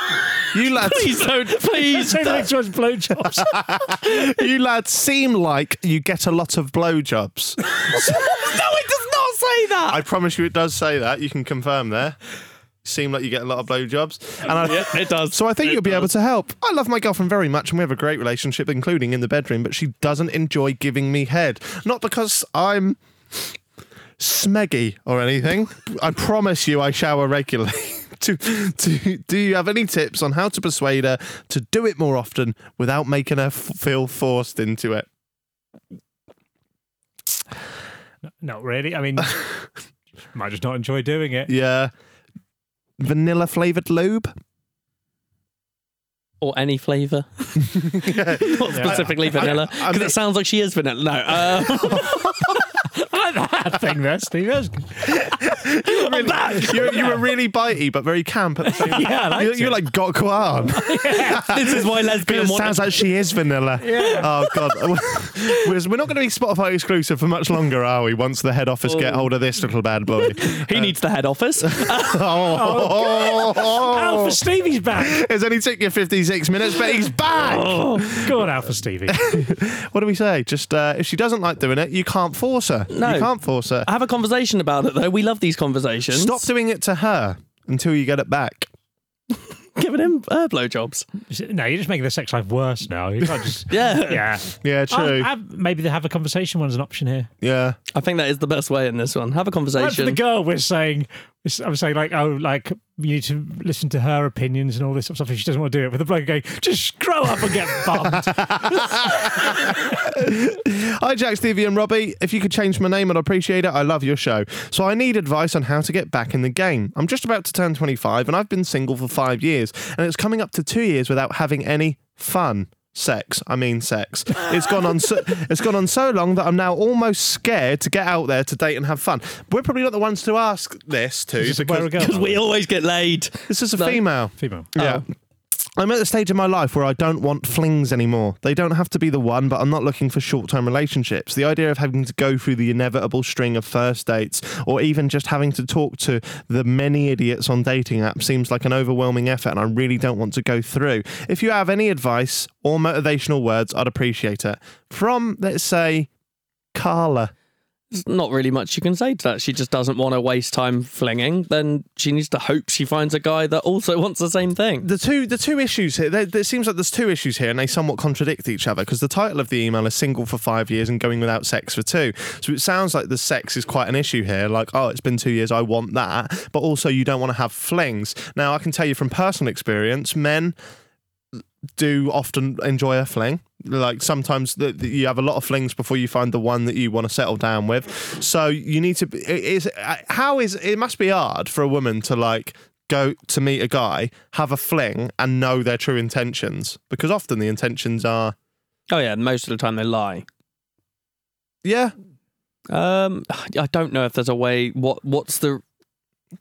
Speaker 3: You lads,
Speaker 4: Please don't. Please.
Speaker 5: Same thing to us blowjobs.
Speaker 3: you lads seem like you get a lot of blowjobs.
Speaker 4: no, it does not say that.
Speaker 3: I promise you, it does say that. You can confirm there. Seem like you get a lot of blowjobs, and I,
Speaker 4: yeah, it does.
Speaker 3: So I think
Speaker 4: It
Speaker 3: you'll be able
Speaker 4: does.
Speaker 3: to help. I love my girlfriend very much and we have a great relationship, including in the bedroom, but she doesn't enjoy giving me head. Not because I'm smeggy or anything. I promise you I shower regularly. do, do, do you have any tips on how to persuade her to do it more often without making her f- feel forced into it?
Speaker 5: not really. I mean, might just not enjoy doing it.
Speaker 3: Yeah. Vanilla flavoured lube?
Speaker 4: Or any flavour. not specifically vanilla.
Speaker 3: I- I
Speaker 4: Because
Speaker 3: mean-
Speaker 4: it sounds like she is vanilla. No. Uh,
Speaker 5: I like that thing there, Steve. That's good.
Speaker 3: Really- you, you were really bitey, but very camp at the same time.
Speaker 5: Yeah, I liked
Speaker 3: you, you
Speaker 5: it.
Speaker 3: like got Kwan.
Speaker 4: this is why lesbian
Speaker 3: It
Speaker 4: want
Speaker 3: sounds like she is vanilla. Oh god, we're not going to be Spotify exclusive for much longer, are we? Once the head office
Speaker 5: Oh.
Speaker 3: get hold of this little bad boy.
Speaker 4: He needs the head office. Uh,
Speaker 3: oh,
Speaker 5: Alpha Stevie's back.
Speaker 3: It's only took you 56 minutes, but he's back.
Speaker 5: Oh, Go on, Alpha Stevie.
Speaker 3: What do we say? Just uh, if she doesn't like doing it, you can't force her.
Speaker 4: No.
Speaker 3: you can't force her.
Speaker 4: Have a conversation about it, though. We love these conversations.
Speaker 3: Stop doing it to her until you get it back.
Speaker 4: giving him uh, blowjobs.
Speaker 5: no, you're just making the sex life worse now. You can't just.
Speaker 4: Yeah.
Speaker 5: Yeah.
Speaker 3: Yeah, true.
Speaker 5: I, I, maybe the have a conversation one's an option here.
Speaker 3: yeah.
Speaker 4: I think that is the best way in this one. Have a
Speaker 5: Like for
Speaker 4: conversation.
Speaker 5: the girl, we're saying, I'm saying like, oh, like you need to listen to her opinions and all this sort of stuff. If she doesn't want to do it, with the bloke going, just grow up and get bumped.
Speaker 3: Hi, Jack, Stevie, and Robbie. If you could change my name, I'd appreciate it. I love your show. So, I need advice on how to get back in the game. I'm just about to turn 25 and I've been single for five years, and it's coming up to two years without having any fun. Sex, I mean sex. It's gone on. So, it's gone on so long that I'm now almost scared to get out there to date and have fun. We're probably not the ones to ask this to
Speaker 5: Is this a boy or
Speaker 3: because
Speaker 5: a girl?
Speaker 4: Because we always get laid.
Speaker 3: this is a
Speaker 4: No.
Speaker 3: female.
Speaker 5: Female.
Speaker 3: Yeah. Um, I'm at the stage in my life where I don't want flings anymore. They don't have to be the one, but I'm not looking for short term relationships. The idea of having to go through the inevitable string of first dates or even just having to talk to the many idiots on dating apps seems like an overwhelming effort, and I really don't want to go through. If you have any advice or motivational words, I'd appreciate it. From, let's say, Carla.
Speaker 4: there's not really much you can say to that. She just doesn't want to waste time flinging. Then she needs to hope she finds a guy that also wants the same thing.
Speaker 3: the two the two issues here. There, there seems like there's two issues here, and they somewhat contradict each other because the title of the email is "Single for Five Years and Going Without Sex for Two. So it sounds like the sex is quite an issue here. Like, oh, it's been two years, I want that, but also you don't want to have flings. Now, I can tell you from personal experience, men do often enjoy a fling. Like sometimes the, the- you have a lot of flings before you find the one that you want to settle down with. So you need to. be- it- It's uh, how is it must be hard for a woman to like go to meet a guy, have a fling, and know their true intentions because often the intentions are
Speaker 4: Oh yeah, most of the time they lie.
Speaker 3: yeah.
Speaker 4: Um, I don't know if there's a way. What what's the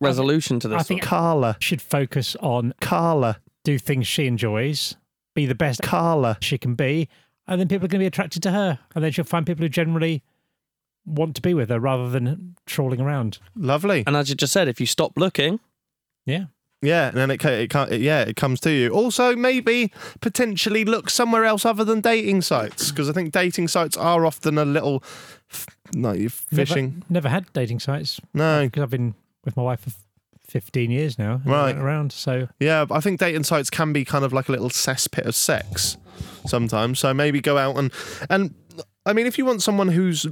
Speaker 4: resolution to this?
Speaker 5: I think-
Speaker 3: Carla,
Speaker 5: Should focus on
Speaker 3: Carla,
Speaker 5: do things she enjoys, be the best
Speaker 3: Carla.
Speaker 5: she can be, and then people are going to be attracted to her, and then she'll find people who generally want to be with her rather than trawling around.
Speaker 3: Lovely.
Speaker 4: and as you just said, if you stop looking,
Speaker 5: Yeah.
Speaker 3: Yeah, and then it, co- it, co- it yeah it comes to you. Also, maybe potentially look somewhere else other than dating sites because I think dating sites are often a little f- no you're fishing.
Speaker 5: Never, never had dating sites
Speaker 3: No,
Speaker 5: because I've been with my wife for 15 years now. and I
Speaker 3: Right.
Speaker 5: went Around. So
Speaker 3: yeah, I think dating sites can be kind of like a little cesspit of sex sometimes. So maybe go out and and I mean, if you want someone who's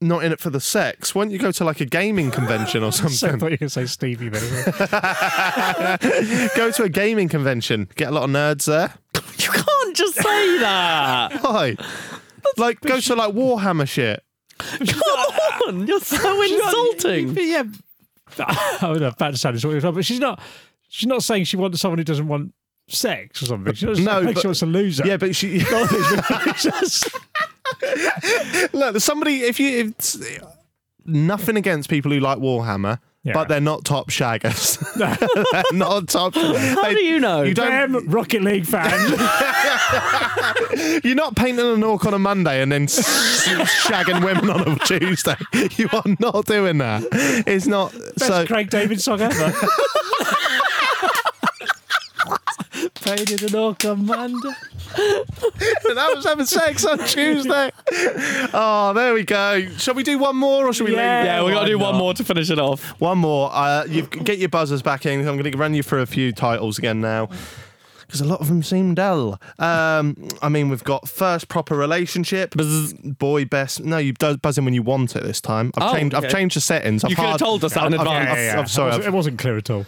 Speaker 3: not in it for the sex, why don't you go to like a gaming convention or
Speaker 5: So I
Speaker 3: something?
Speaker 5: thought you were going to say Stevie, but anyway.
Speaker 3: go to a gaming convention, get a lot of nerds there.
Speaker 4: you can't just say that.
Speaker 3: Why? Like go to like Warhammer shit.
Speaker 4: Come on, you're so insulting.
Speaker 5: But yeah, I was about to sound insulting, as well, but she's not. She's not saying she wants someone who doesn't want sex or something. She's not
Speaker 3: No,
Speaker 5: saying
Speaker 3: but-
Speaker 5: she wants a loser.
Speaker 3: Yeah, but she. Look, there's somebody. If you, if, it's- nothing against people who like Warhammer,
Speaker 5: Yeah.
Speaker 3: but they're not top shaggers. They're not top. How
Speaker 4: do you know?
Speaker 3: You
Speaker 5: Damn
Speaker 3: don't.
Speaker 5: Rocket League fan.
Speaker 3: You're not painting an orc on a Monday and then s- shagging women on a Tuesday. You are not doing that. It's not.
Speaker 5: Best
Speaker 3: so
Speaker 5: Craig David song ever. Painted an orc on Monday.
Speaker 3: and I was having sex on Tuesday. Oh, there we go. Shall we do one more or shall we leave?
Speaker 5: Yeah.
Speaker 3: it?
Speaker 4: Yeah, we gotta
Speaker 5: why
Speaker 4: do one
Speaker 5: not?
Speaker 4: more to finish it off.
Speaker 3: One more. Uh, you get your buzzers back in. I'm going to run you through a few titles again now. Because a lot of them seem dull. Um, I mean, we've got first proper relationship, boy best. No, you do buzz in when you want it this time. I've
Speaker 4: Oh,
Speaker 3: changed. I've
Speaker 4: okay.
Speaker 3: changed the settings. I've
Speaker 4: You could have
Speaker 3: hard-
Speaker 4: told us that in
Speaker 3: I've- I've-
Speaker 4: advance.
Speaker 3: I've- I'm sorry.
Speaker 5: It
Speaker 3: I've-
Speaker 5: wasn't, it wasn't clear at all.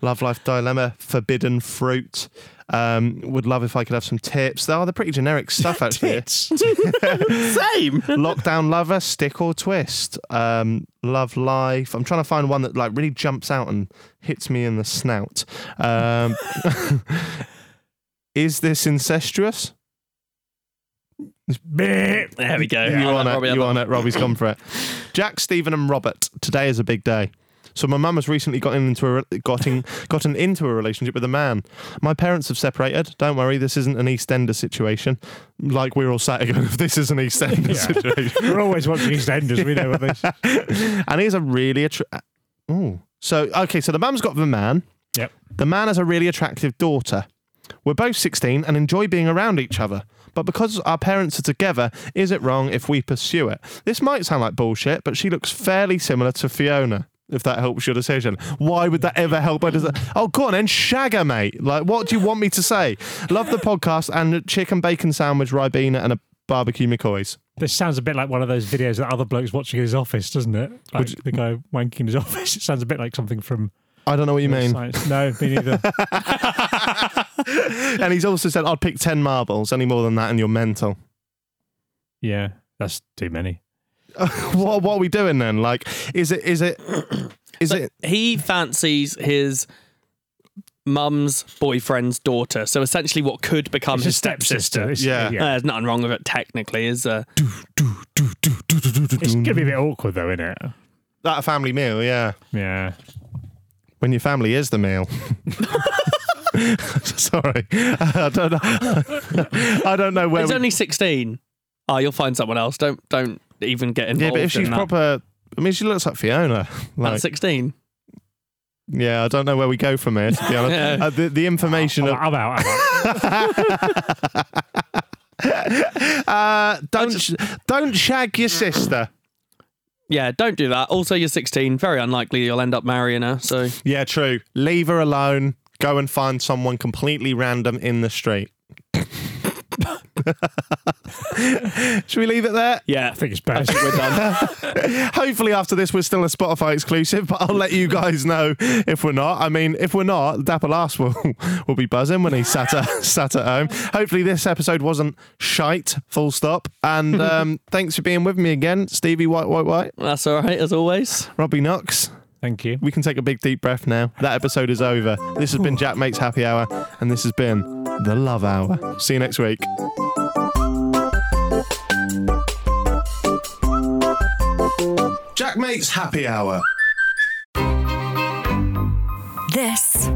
Speaker 3: Love Life Dilemma, Forbidden Fruit. Um, would love if I could have some tips. They are the pretty generic stuff actually.
Speaker 5: Tits.
Speaker 4: Same.
Speaker 3: Lockdown Lover, Stick or Twist, um, Love Life. I'm trying to find one that like really jumps out and hits me in the snout. Um, is this incestuous?
Speaker 5: Beep.
Speaker 4: There we go.
Speaker 3: you
Speaker 4: I'll
Speaker 3: on
Speaker 4: let
Speaker 3: it?
Speaker 4: Robbie have
Speaker 3: You
Speaker 4: that
Speaker 3: on
Speaker 4: one.
Speaker 3: it? Robbie's gone for it. Jack, Stephen, and Robert. Today is a big day. So my mum has recently gotten into a re- gotten gotten into a relationship with a man. My parents have separated. Don't worry, this isn't an EastEnder situation. Like we're all sat here going, this is an EastEnder situation.
Speaker 5: We're always watching EastEnders. We know what they say.
Speaker 3: and he's a really attractive. Oh, so okay. So the mum's got the man.
Speaker 5: Yep.
Speaker 3: The man has a really attractive daughter. We're both 16 and enjoy being around each other. But because our parents are together, is it wrong if we pursue it? This might sound like bullshit, but she looks fairly similar to Fiona. If that helps your decision, why would that ever help? her desi- Oh, go on then, shagger, mate. Like, what do you want me to say? Love the podcast and a chicken bacon sandwich, ribena, and a barbecue McCoy's.
Speaker 5: This sounds a bit like one of those videos that other blokes watching in his office, doesn't it? Like the guy wanking in his office. It sounds a bit like something from
Speaker 3: I don't know what you mean.
Speaker 5: science. No, me neither.
Speaker 3: And he's also said, I'd pick 10 marbles, any more than that, and you're mental.
Speaker 5: yeah, that's too many.
Speaker 3: what, what are we doing then? Like, is it, is it, is it,
Speaker 4: He fancies his mum's boyfriend's daughter. So essentially, what could become his stepsister.
Speaker 5: It's,
Speaker 3: Yeah.
Speaker 4: Uh, there's nothing wrong with it technically, is there?
Speaker 5: It's going to be a bit awkward, though, isn't it?
Speaker 3: that a family meal? Yeah.
Speaker 5: Yeah.
Speaker 3: When your family is the meal. Sorry. I don't know. I don't know where.
Speaker 4: He's
Speaker 3: we-
Speaker 4: only 16. Oh, you'll find someone else. Don't don't even get involved.
Speaker 3: yeah, but if
Speaker 4: in
Speaker 3: she's
Speaker 4: that.
Speaker 3: proper. I mean, she looks like Fiona.
Speaker 4: At
Speaker 3: Like,
Speaker 4: 16.
Speaker 3: yeah, I don't know where we go from here, to be honest.
Speaker 4: Yeah. Oh,
Speaker 3: Uh, the, the information.
Speaker 5: I'm,
Speaker 3: of-
Speaker 5: I'm out. I'm out.
Speaker 3: uh, don't, sh- don't shag your sister.
Speaker 4: Yeah, don't do that. Also, you're 16. Very unlikely you'll end up marrying her. So
Speaker 3: Yeah, true. Leave her alone. Go and find someone completely random in the street. Should we leave it there?
Speaker 4: yeah, I
Speaker 5: think it's bad.
Speaker 4: we're done.
Speaker 3: Hopefully, after this, we're still a Spotify exclusive, but I'll let you guys know if we're not. I mean, if we're not, Dapper Last will, will be buzzing when he's sat at, sat at home. Hopefully, this episode wasn't shite, full stop. And um, thanks for being with me again, Stevie White, White, White,
Speaker 4: That's all right, as always.
Speaker 3: Robbie Knox.
Speaker 5: Thank you.
Speaker 3: We can take a big, deep breath now. That episode is over. This has been Jack Makes Happy Hour, and this has been The Love Hour. See you next week. Jack Makes Happy Hour.
Speaker 6: This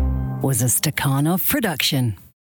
Speaker 6: was a Stakhanov production.